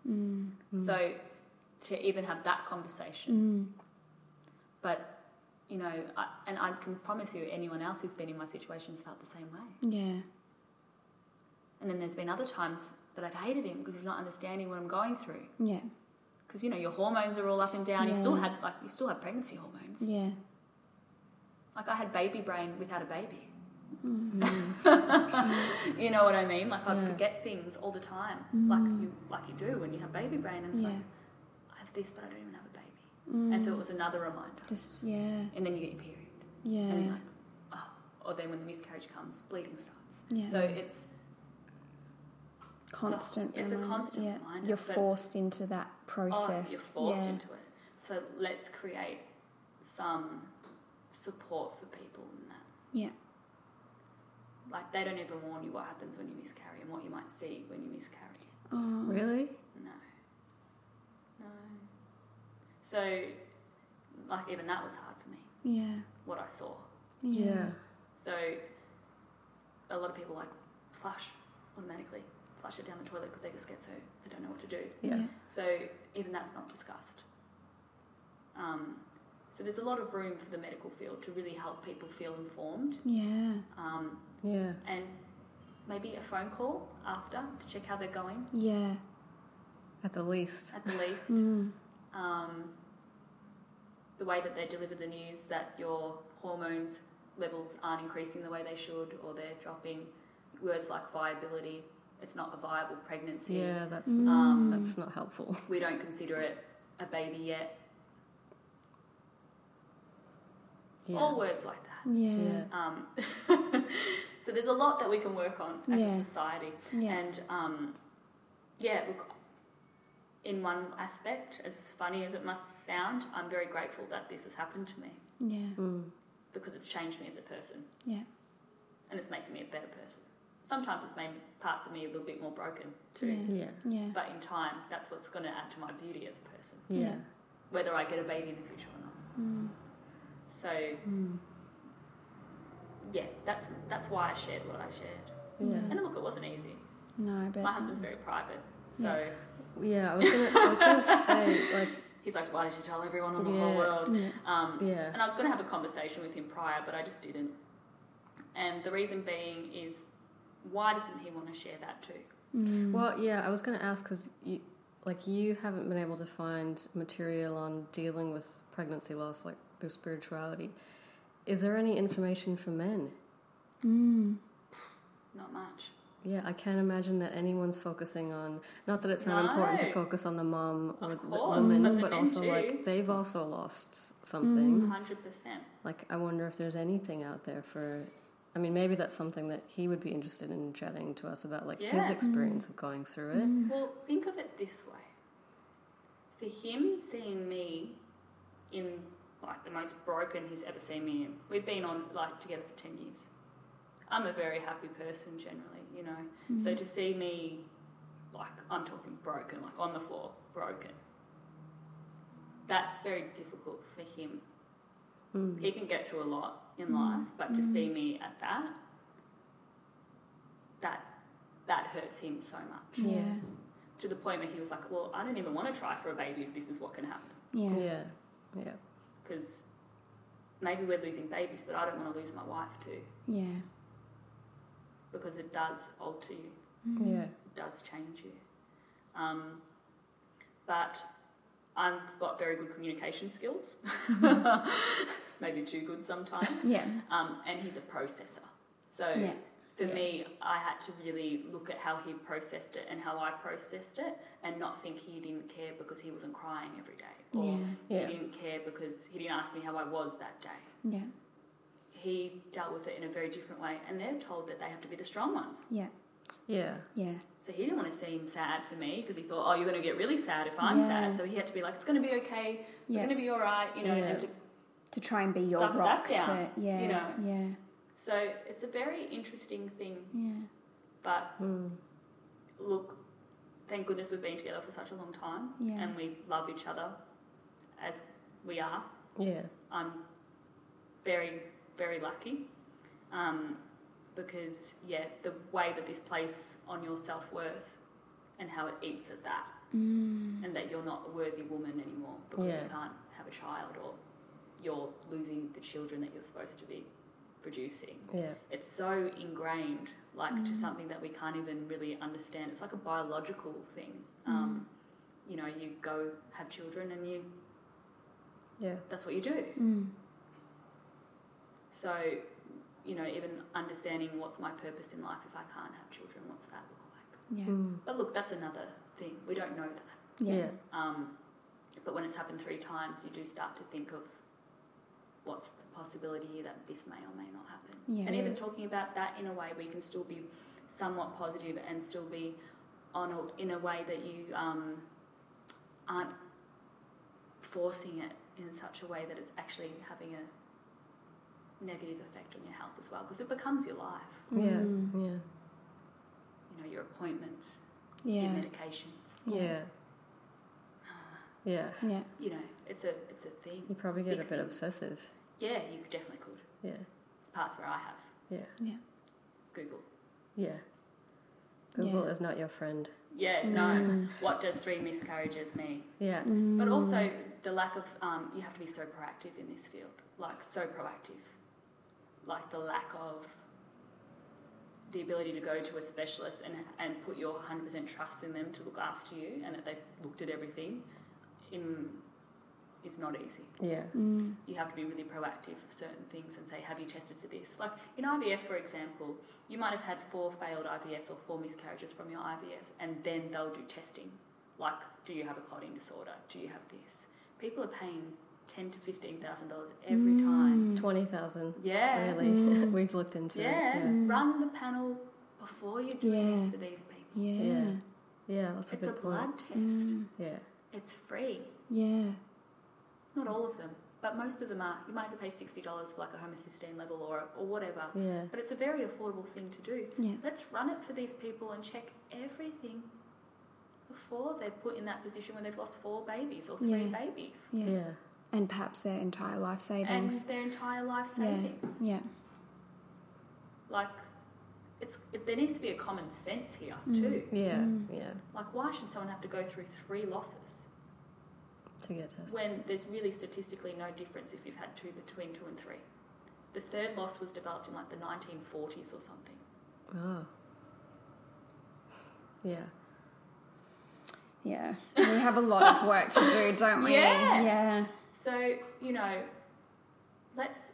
Speaker 5: Mm.
Speaker 1: So to even have that conversation,
Speaker 5: Mm.
Speaker 1: but you know, I, and I can promise you, anyone else who's been in my situation has felt the same way.
Speaker 5: Yeah.
Speaker 1: And then there's been other times that I've hated him because he's not understanding what I'm going through.
Speaker 5: Yeah.
Speaker 1: because you know your hormones are all up and down. You
Speaker 5: Yeah.
Speaker 1: still had like you still have pregnancy hormones.
Speaker 5: Yeah.
Speaker 1: Like I had baby brain without a baby. Mm.
Speaker 5: Mm.
Speaker 1: you know what I mean? Like I'd
Speaker 2: Yeah.
Speaker 1: forget things all the time, like you like you do when you have baby brain. And it's
Speaker 5: Mm. Yeah. Mm.
Speaker 1: like I have this, but I don't even have a baby. And so it was another reminder.
Speaker 5: Just yeah.
Speaker 1: And then you get your period,
Speaker 5: Yeah.
Speaker 1: and then like oh, or then when the miscarriage comes, bleeding starts.
Speaker 5: Yeah.
Speaker 1: So it's
Speaker 5: constant.
Speaker 1: it's a
Speaker 5: reminder.
Speaker 1: constant
Speaker 5: Yeah.
Speaker 1: reminder,
Speaker 5: You're
Speaker 1: but-
Speaker 5: forced into that process.
Speaker 1: Oh, you're forced
Speaker 5: yeah.
Speaker 1: into it. So let's create some support for people in that.
Speaker 5: Yeah.
Speaker 1: Like they don't even warn you what happens when you miscarry and what you might see when you miscarry.
Speaker 5: Oh.
Speaker 2: Really?
Speaker 1: No. No. So like even that was hard for me,
Speaker 5: Yeah.
Speaker 1: what I saw.
Speaker 5: Yeah.
Speaker 1: So a lot of people like flush automatically, flush it down the toilet because they just get so they don't know what to do.
Speaker 2: Yeah.
Speaker 5: Yeah.
Speaker 1: So even that's not discussed. Um, so there's a lot of room for the medical field to really help people feel informed.
Speaker 5: Yeah.
Speaker 1: Um,
Speaker 2: Yeah.
Speaker 1: and maybe a phone call after to check how they're going
Speaker 5: Yeah.
Speaker 2: At the least.
Speaker 1: at the least.
Speaker 5: Mm.
Speaker 1: Um, the way that they deliver the news that your hormones levels aren't increasing the way they should or they're dropping. Words like viability, it's not a viable pregnancy.
Speaker 2: Yeah, that's
Speaker 5: Mm.
Speaker 1: Um,
Speaker 2: that's not helpful.
Speaker 1: we don't consider it a baby yet.
Speaker 2: Yeah.
Speaker 1: All words like that.
Speaker 5: Yeah.
Speaker 2: Yeah.
Speaker 1: Um, so there's a lot that we can work on as
Speaker 5: Yeah.
Speaker 1: a society.
Speaker 5: Yeah.
Speaker 1: And um, yeah, look, in one aspect, as funny as it must sound, I'm very grateful that this has happened to me
Speaker 5: Yeah.
Speaker 2: Mm.
Speaker 1: because it's changed me as a person
Speaker 5: Yeah.
Speaker 1: and it's making me a better person. Sometimes it's made parts of me a little bit more broken too.
Speaker 5: Yeah.
Speaker 2: Yeah.
Speaker 5: Yeah.
Speaker 1: But in time, that's what's going to add to my beauty as a person,
Speaker 2: Yeah.
Speaker 5: Yeah.
Speaker 1: whether I get a baby in the future or not.
Speaker 5: Mm.
Speaker 1: So,
Speaker 2: Mm.
Speaker 1: yeah, that's that's why I shared what I shared.
Speaker 2: Yeah.
Speaker 1: And look, it wasn't easy.
Speaker 5: No, but
Speaker 1: My husband's very private, so
Speaker 2: Yeah, I was gonna, I was gonna say like
Speaker 1: he's like, "Why did you tell everyone on the whole
Speaker 2: Yeah.
Speaker 1: world?"
Speaker 5: Yeah.
Speaker 1: Um,
Speaker 2: Yeah.
Speaker 1: And I was going to have a conversation with him prior, but I just didn't. And the reason being is, why doesn't he want to share that too?
Speaker 5: Mm.
Speaker 2: well, yeah, I was gonna ask because you like you haven't been able to find material on dealing with pregnancy loss like through spirituality. Is there any information for men?
Speaker 5: Mm.
Speaker 1: Not much.
Speaker 2: Yeah, I can't imagine that anyone's focusing on. Not that it's not important to
Speaker 1: No.
Speaker 2: focus on the mom
Speaker 1: Of
Speaker 2: or
Speaker 1: course,
Speaker 2: the
Speaker 1: but
Speaker 2: woman,
Speaker 1: the Mm.
Speaker 2: but
Speaker 1: men
Speaker 2: also
Speaker 1: too.
Speaker 2: like they've also lost s- something.
Speaker 1: Hundred percent.
Speaker 2: Like, I wonder if there's anything out there for. I mean, maybe that's something that he would be interested in chatting to us about, like his
Speaker 1: Yeah. Mm-hmm.
Speaker 2: experience of going through it.
Speaker 1: Well, think of it this way. For him, seeing me in like the most broken he's ever seen me in. We've been on like together for ten years. I'm a very happy person generally, you know. So to see me like I'm talking broken, like on the floor, broken. That's very difficult for him.
Speaker 2: Mm.
Speaker 1: He can get through a lot in life, but to see me at that, that that hurts him so much
Speaker 5: Yeah.
Speaker 1: to the point where he was like, "Well, I don't even want to try for a baby if this is what can happen,
Speaker 5: Yeah.
Speaker 2: Yeah, yeah,
Speaker 1: because maybe we're losing babies, but I don't want to lose my wife too,
Speaker 5: Yeah.
Speaker 1: because it does alter you,
Speaker 2: yeah.
Speaker 1: it does change you." Um, but I've got very good communication skills, maybe too good sometimes,
Speaker 5: Yeah.
Speaker 1: um, and he's a processor, so.
Speaker 5: Yeah.
Speaker 1: For
Speaker 2: Yeah.
Speaker 1: me, I had to really look at how he processed it and how I processed it, and not think he didn't care because he wasn't crying every day, or
Speaker 5: Yeah.
Speaker 2: Yeah.
Speaker 1: He didn't care because he didn't ask me how I was that day.
Speaker 5: Yeah.
Speaker 1: He dealt with it in a very different way, and they're told that they have to be the strong ones.
Speaker 5: Yeah.
Speaker 2: Yeah,
Speaker 5: Yeah.
Speaker 1: So he didn't want to seem sad for me because he thought, oh, you're going to get really sad if I'm
Speaker 5: Yeah.
Speaker 1: sad. So he had to be like, it's going to be okay,
Speaker 5: Yeah.
Speaker 1: you're going to be all right, you know.
Speaker 2: Yeah.
Speaker 1: And to,
Speaker 5: To try and be your
Speaker 1: Stuff
Speaker 5: rock.
Speaker 1: that down,
Speaker 5: to, yeah.
Speaker 1: you know.
Speaker 5: Yeah.
Speaker 1: so it's a very interesting thing,
Speaker 5: Yeah.
Speaker 1: but
Speaker 2: Mm.
Speaker 1: look, thank goodness we've been together for such a long time
Speaker 5: Yeah.
Speaker 1: and we love each other as we are.
Speaker 2: yeah,
Speaker 1: I'm very, very lucky um, because, yeah, the way that this plays on your self worth and how it eats at that,
Speaker 5: Mm.
Speaker 1: and that you're not a worthy woman anymore because
Speaker 2: Yeah.
Speaker 1: you can't have a child or you're losing the children that you're supposed to be producing.
Speaker 2: yeah,
Speaker 1: It's so ingrained, like to something that we can't even really understand. It's like a biological thing. Um, You know, you go have children and you
Speaker 2: yeah.
Speaker 1: that's what you do.
Speaker 5: Mm.
Speaker 1: So, you know, even understanding what's my purpose in life if I can't have children, what's that look like?
Speaker 5: Yeah.
Speaker 2: Mm.
Speaker 1: But look, that's another thing. We don't know that.
Speaker 5: Yeah.
Speaker 2: Yeah.
Speaker 1: Um, but when it's happened three times, you do start to think of what's the possibility here that this may or may not happen.
Speaker 5: Yeah.
Speaker 1: And even talking about that in a way where you can still be somewhat positive and still be on a, in a way that you um, aren't forcing it in such a way that it's actually having a negative effect on your health as well because it becomes your life
Speaker 2: Yeah,
Speaker 5: Mm.
Speaker 2: yeah,
Speaker 1: you know your appointments your
Speaker 5: Yeah.
Speaker 1: medications
Speaker 2: yeah, yeah.
Speaker 5: Yeah.
Speaker 1: you know it's a it's a thing
Speaker 2: You probably get a
Speaker 1: Big
Speaker 2: bit
Speaker 1: thing.
Speaker 2: obsessive.
Speaker 1: yeah you definitely could
Speaker 2: Yeah,
Speaker 1: it's parts where i have
Speaker 2: yeah,
Speaker 1: google
Speaker 2: yeah. Google
Speaker 5: Yeah.
Speaker 2: is not your friend.
Speaker 1: yeah
Speaker 5: Mm.
Speaker 1: no what does three miscarriages mean
Speaker 2: Yeah,
Speaker 1: But also the lack of, um, you have to be so proactive in this field, like so proactive. Like the lack of the ability to go to a specialist and, and put your 100% trust in them to look after you and that they've looked at everything in, is not easy.
Speaker 2: yeah,
Speaker 5: Mm.
Speaker 1: You have to be really proactive of certain things and say, have you tested for this? Like in IVF, for example, you might have had four failed IVFs or four miscarriages from your IVF, and then they'll do testing. Like, do you have a clotting disorder? Do you have this? People are paying ten to fifteen thousand dollars every time.
Speaker 5: Mm.
Speaker 2: twenty thousand.
Speaker 1: Mm. Yeah,
Speaker 2: Mm.
Speaker 1: Mm.
Speaker 2: Really, we've looked into
Speaker 1: yeah.
Speaker 2: it. Yeah,
Speaker 1: Run the panel before you do
Speaker 5: Yeah.
Speaker 1: this for these people.
Speaker 5: Yeah. Yeah.
Speaker 2: Yeah. yeah. That's a Mm.
Speaker 1: it's a
Speaker 2: good point.
Speaker 1: blood test.
Speaker 5: Mm.
Speaker 2: Yeah,
Speaker 1: It's free.
Speaker 5: Yeah.
Speaker 1: Not all of them. But most of them are. You might have to pay sixty dollars for like a homocysteine level or or whatever.
Speaker 4: Yeah.
Speaker 1: But it's a very affordable thing to do.
Speaker 5: Yeah.
Speaker 1: Let's run it for these people and check everything before they're put in that position when they've lost four babies or three
Speaker 5: Yeah.
Speaker 1: babies
Speaker 5: Yeah.
Speaker 2: Yeah.
Speaker 5: And perhaps their entire life
Speaker 1: and
Speaker 5: savings.
Speaker 1: their entire life
Speaker 5: Yeah.
Speaker 1: savings.
Speaker 5: yeah.
Speaker 1: Like, it's it, there needs to be a common sense here
Speaker 5: Mm.
Speaker 1: too.
Speaker 2: Yeah.
Speaker 5: Mm.
Speaker 2: Yeah.
Speaker 1: Like, why should someone have to go through three losses
Speaker 2: To get tested.
Speaker 1: when there's really statistically no difference if you've had two between two and three? The third loss was developed in like the 1940s or something.
Speaker 2: Oh. Yeah.
Speaker 5: Yeah. We have a lot of work to do, don't we?
Speaker 1: Yeah.
Speaker 5: Yeah.
Speaker 1: So you know, let's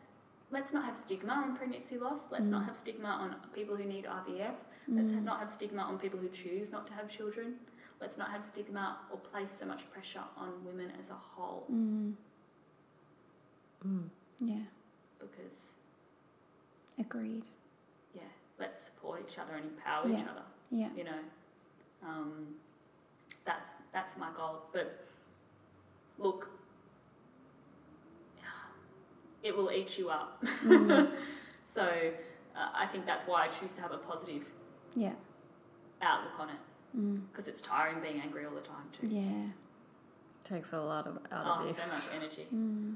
Speaker 1: let's not have stigma on pregnancy loss. Let's not have stigma on people who need IVF. Let's
Speaker 5: Mm.
Speaker 1: ha- not have stigma on people who choose not to have children. Let's not have stigma or place so much pressure on women as a whole
Speaker 5: Mm.
Speaker 2: Mm.
Speaker 5: Yeah.
Speaker 1: because
Speaker 5: Agreed.
Speaker 1: yeah, let's support each other and empower each
Speaker 5: Yeah.
Speaker 1: other.
Speaker 5: Yeah.
Speaker 1: You know, um, that's that's my goal. But look, it will eat you up. so uh, I think that's why I choose to have a positive
Speaker 5: Yeah.
Speaker 1: outlook on it
Speaker 5: Mm.
Speaker 1: because it's tiring being angry all the time too.
Speaker 5: Yeah.
Speaker 2: Takes a lot of out
Speaker 1: Oh,
Speaker 2: of you.
Speaker 1: so much energy.
Speaker 5: Mm.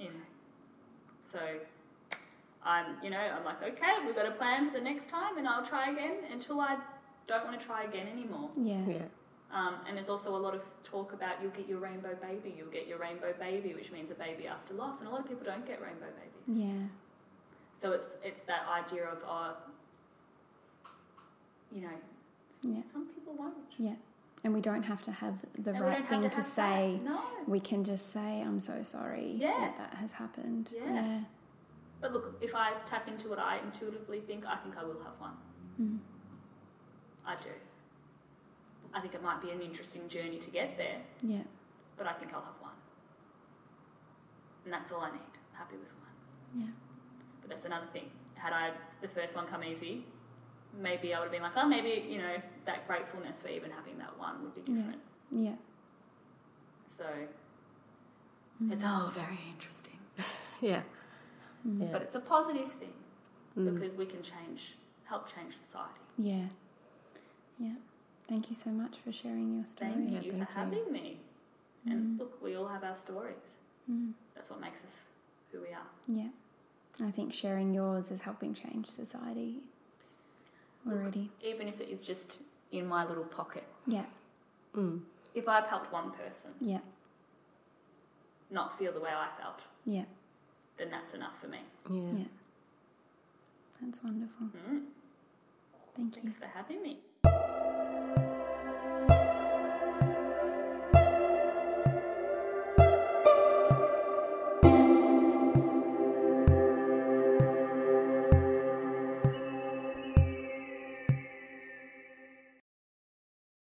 Speaker 1: You know. So I'm, you know, I'm like, okay, we've got a plan for the next time, and I'll try again until I don't want to try again anymore.
Speaker 5: Yeah.
Speaker 2: Yeah.
Speaker 1: Um, and there's also a lot of talk about you'll get your rainbow baby, you'll get your rainbow baby, which means a baby after loss. And a lot of people don't get rainbow babies.
Speaker 5: Yeah.
Speaker 1: So it's it's that idea of, uh, you know, s-
Speaker 5: Yeah.
Speaker 1: some people won't.
Speaker 5: Yeah. And we don't have to have the
Speaker 1: And we
Speaker 5: right
Speaker 1: don't have
Speaker 5: thing to,
Speaker 1: have
Speaker 5: say.
Speaker 1: that. No.
Speaker 5: We can just say, I'm so sorry
Speaker 1: Yeah.
Speaker 5: that that has happened.
Speaker 1: Yeah. But look, if I tap into what I intuitively think, I think I will have one.
Speaker 5: Mm.
Speaker 1: I do. I think it might be an interesting journey to get there,
Speaker 5: Yeah.
Speaker 1: but I think I'll have one. And that's all I need. I'm happy with one.
Speaker 5: Yeah.
Speaker 1: But that's another thing. Had I the first one come easy, maybe I would have been like, oh, maybe you know that gratefulness for even having that one would be
Speaker 5: Yeah.
Speaker 1: different.
Speaker 5: Yeah.
Speaker 1: So
Speaker 5: Mm.
Speaker 1: it's all very interesting,
Speaker 2: Yeah.
Speaker 5: Mm.
Speaker 2: Yeah.
Speaker 1: but it's a positive thing
Speaker 2: Mm.
Speaker 1: because we can change, help change society.
Speaker 5: Yeah. Yeah. Thank you so much for sharing your story.
Speaker 1: Thank
Speaker 2: Yeah,
Speaker 1: you
Speaker 2: thank
Speaker 1: for
Speaker 2: you.
Speaker 1: having me. And look, we all have our stories.
Speaker 5: Mm.
Speaker 1: That's what makes us who we are.
Speaker 5: Yeah. I think sharing yours is helping change society already.
Speaker 1: Even if it is just in my little pocket.
Speaker 5: Yeah.
Speaker 2: Mm.
Speaker 1: If I've helped one person
Speaker 5: Yeah.
Speaker 1: not feel the way I felt,
Speaker 5: Yeah.
Speaker 1: then that's enough for me.
Speaker 2: Yeah.
Speaker 5: Yeah. That's wonderful.
Speaker 1: Mm.
Speaker 5: Thank you.
Speaker 1: Thanks for having me.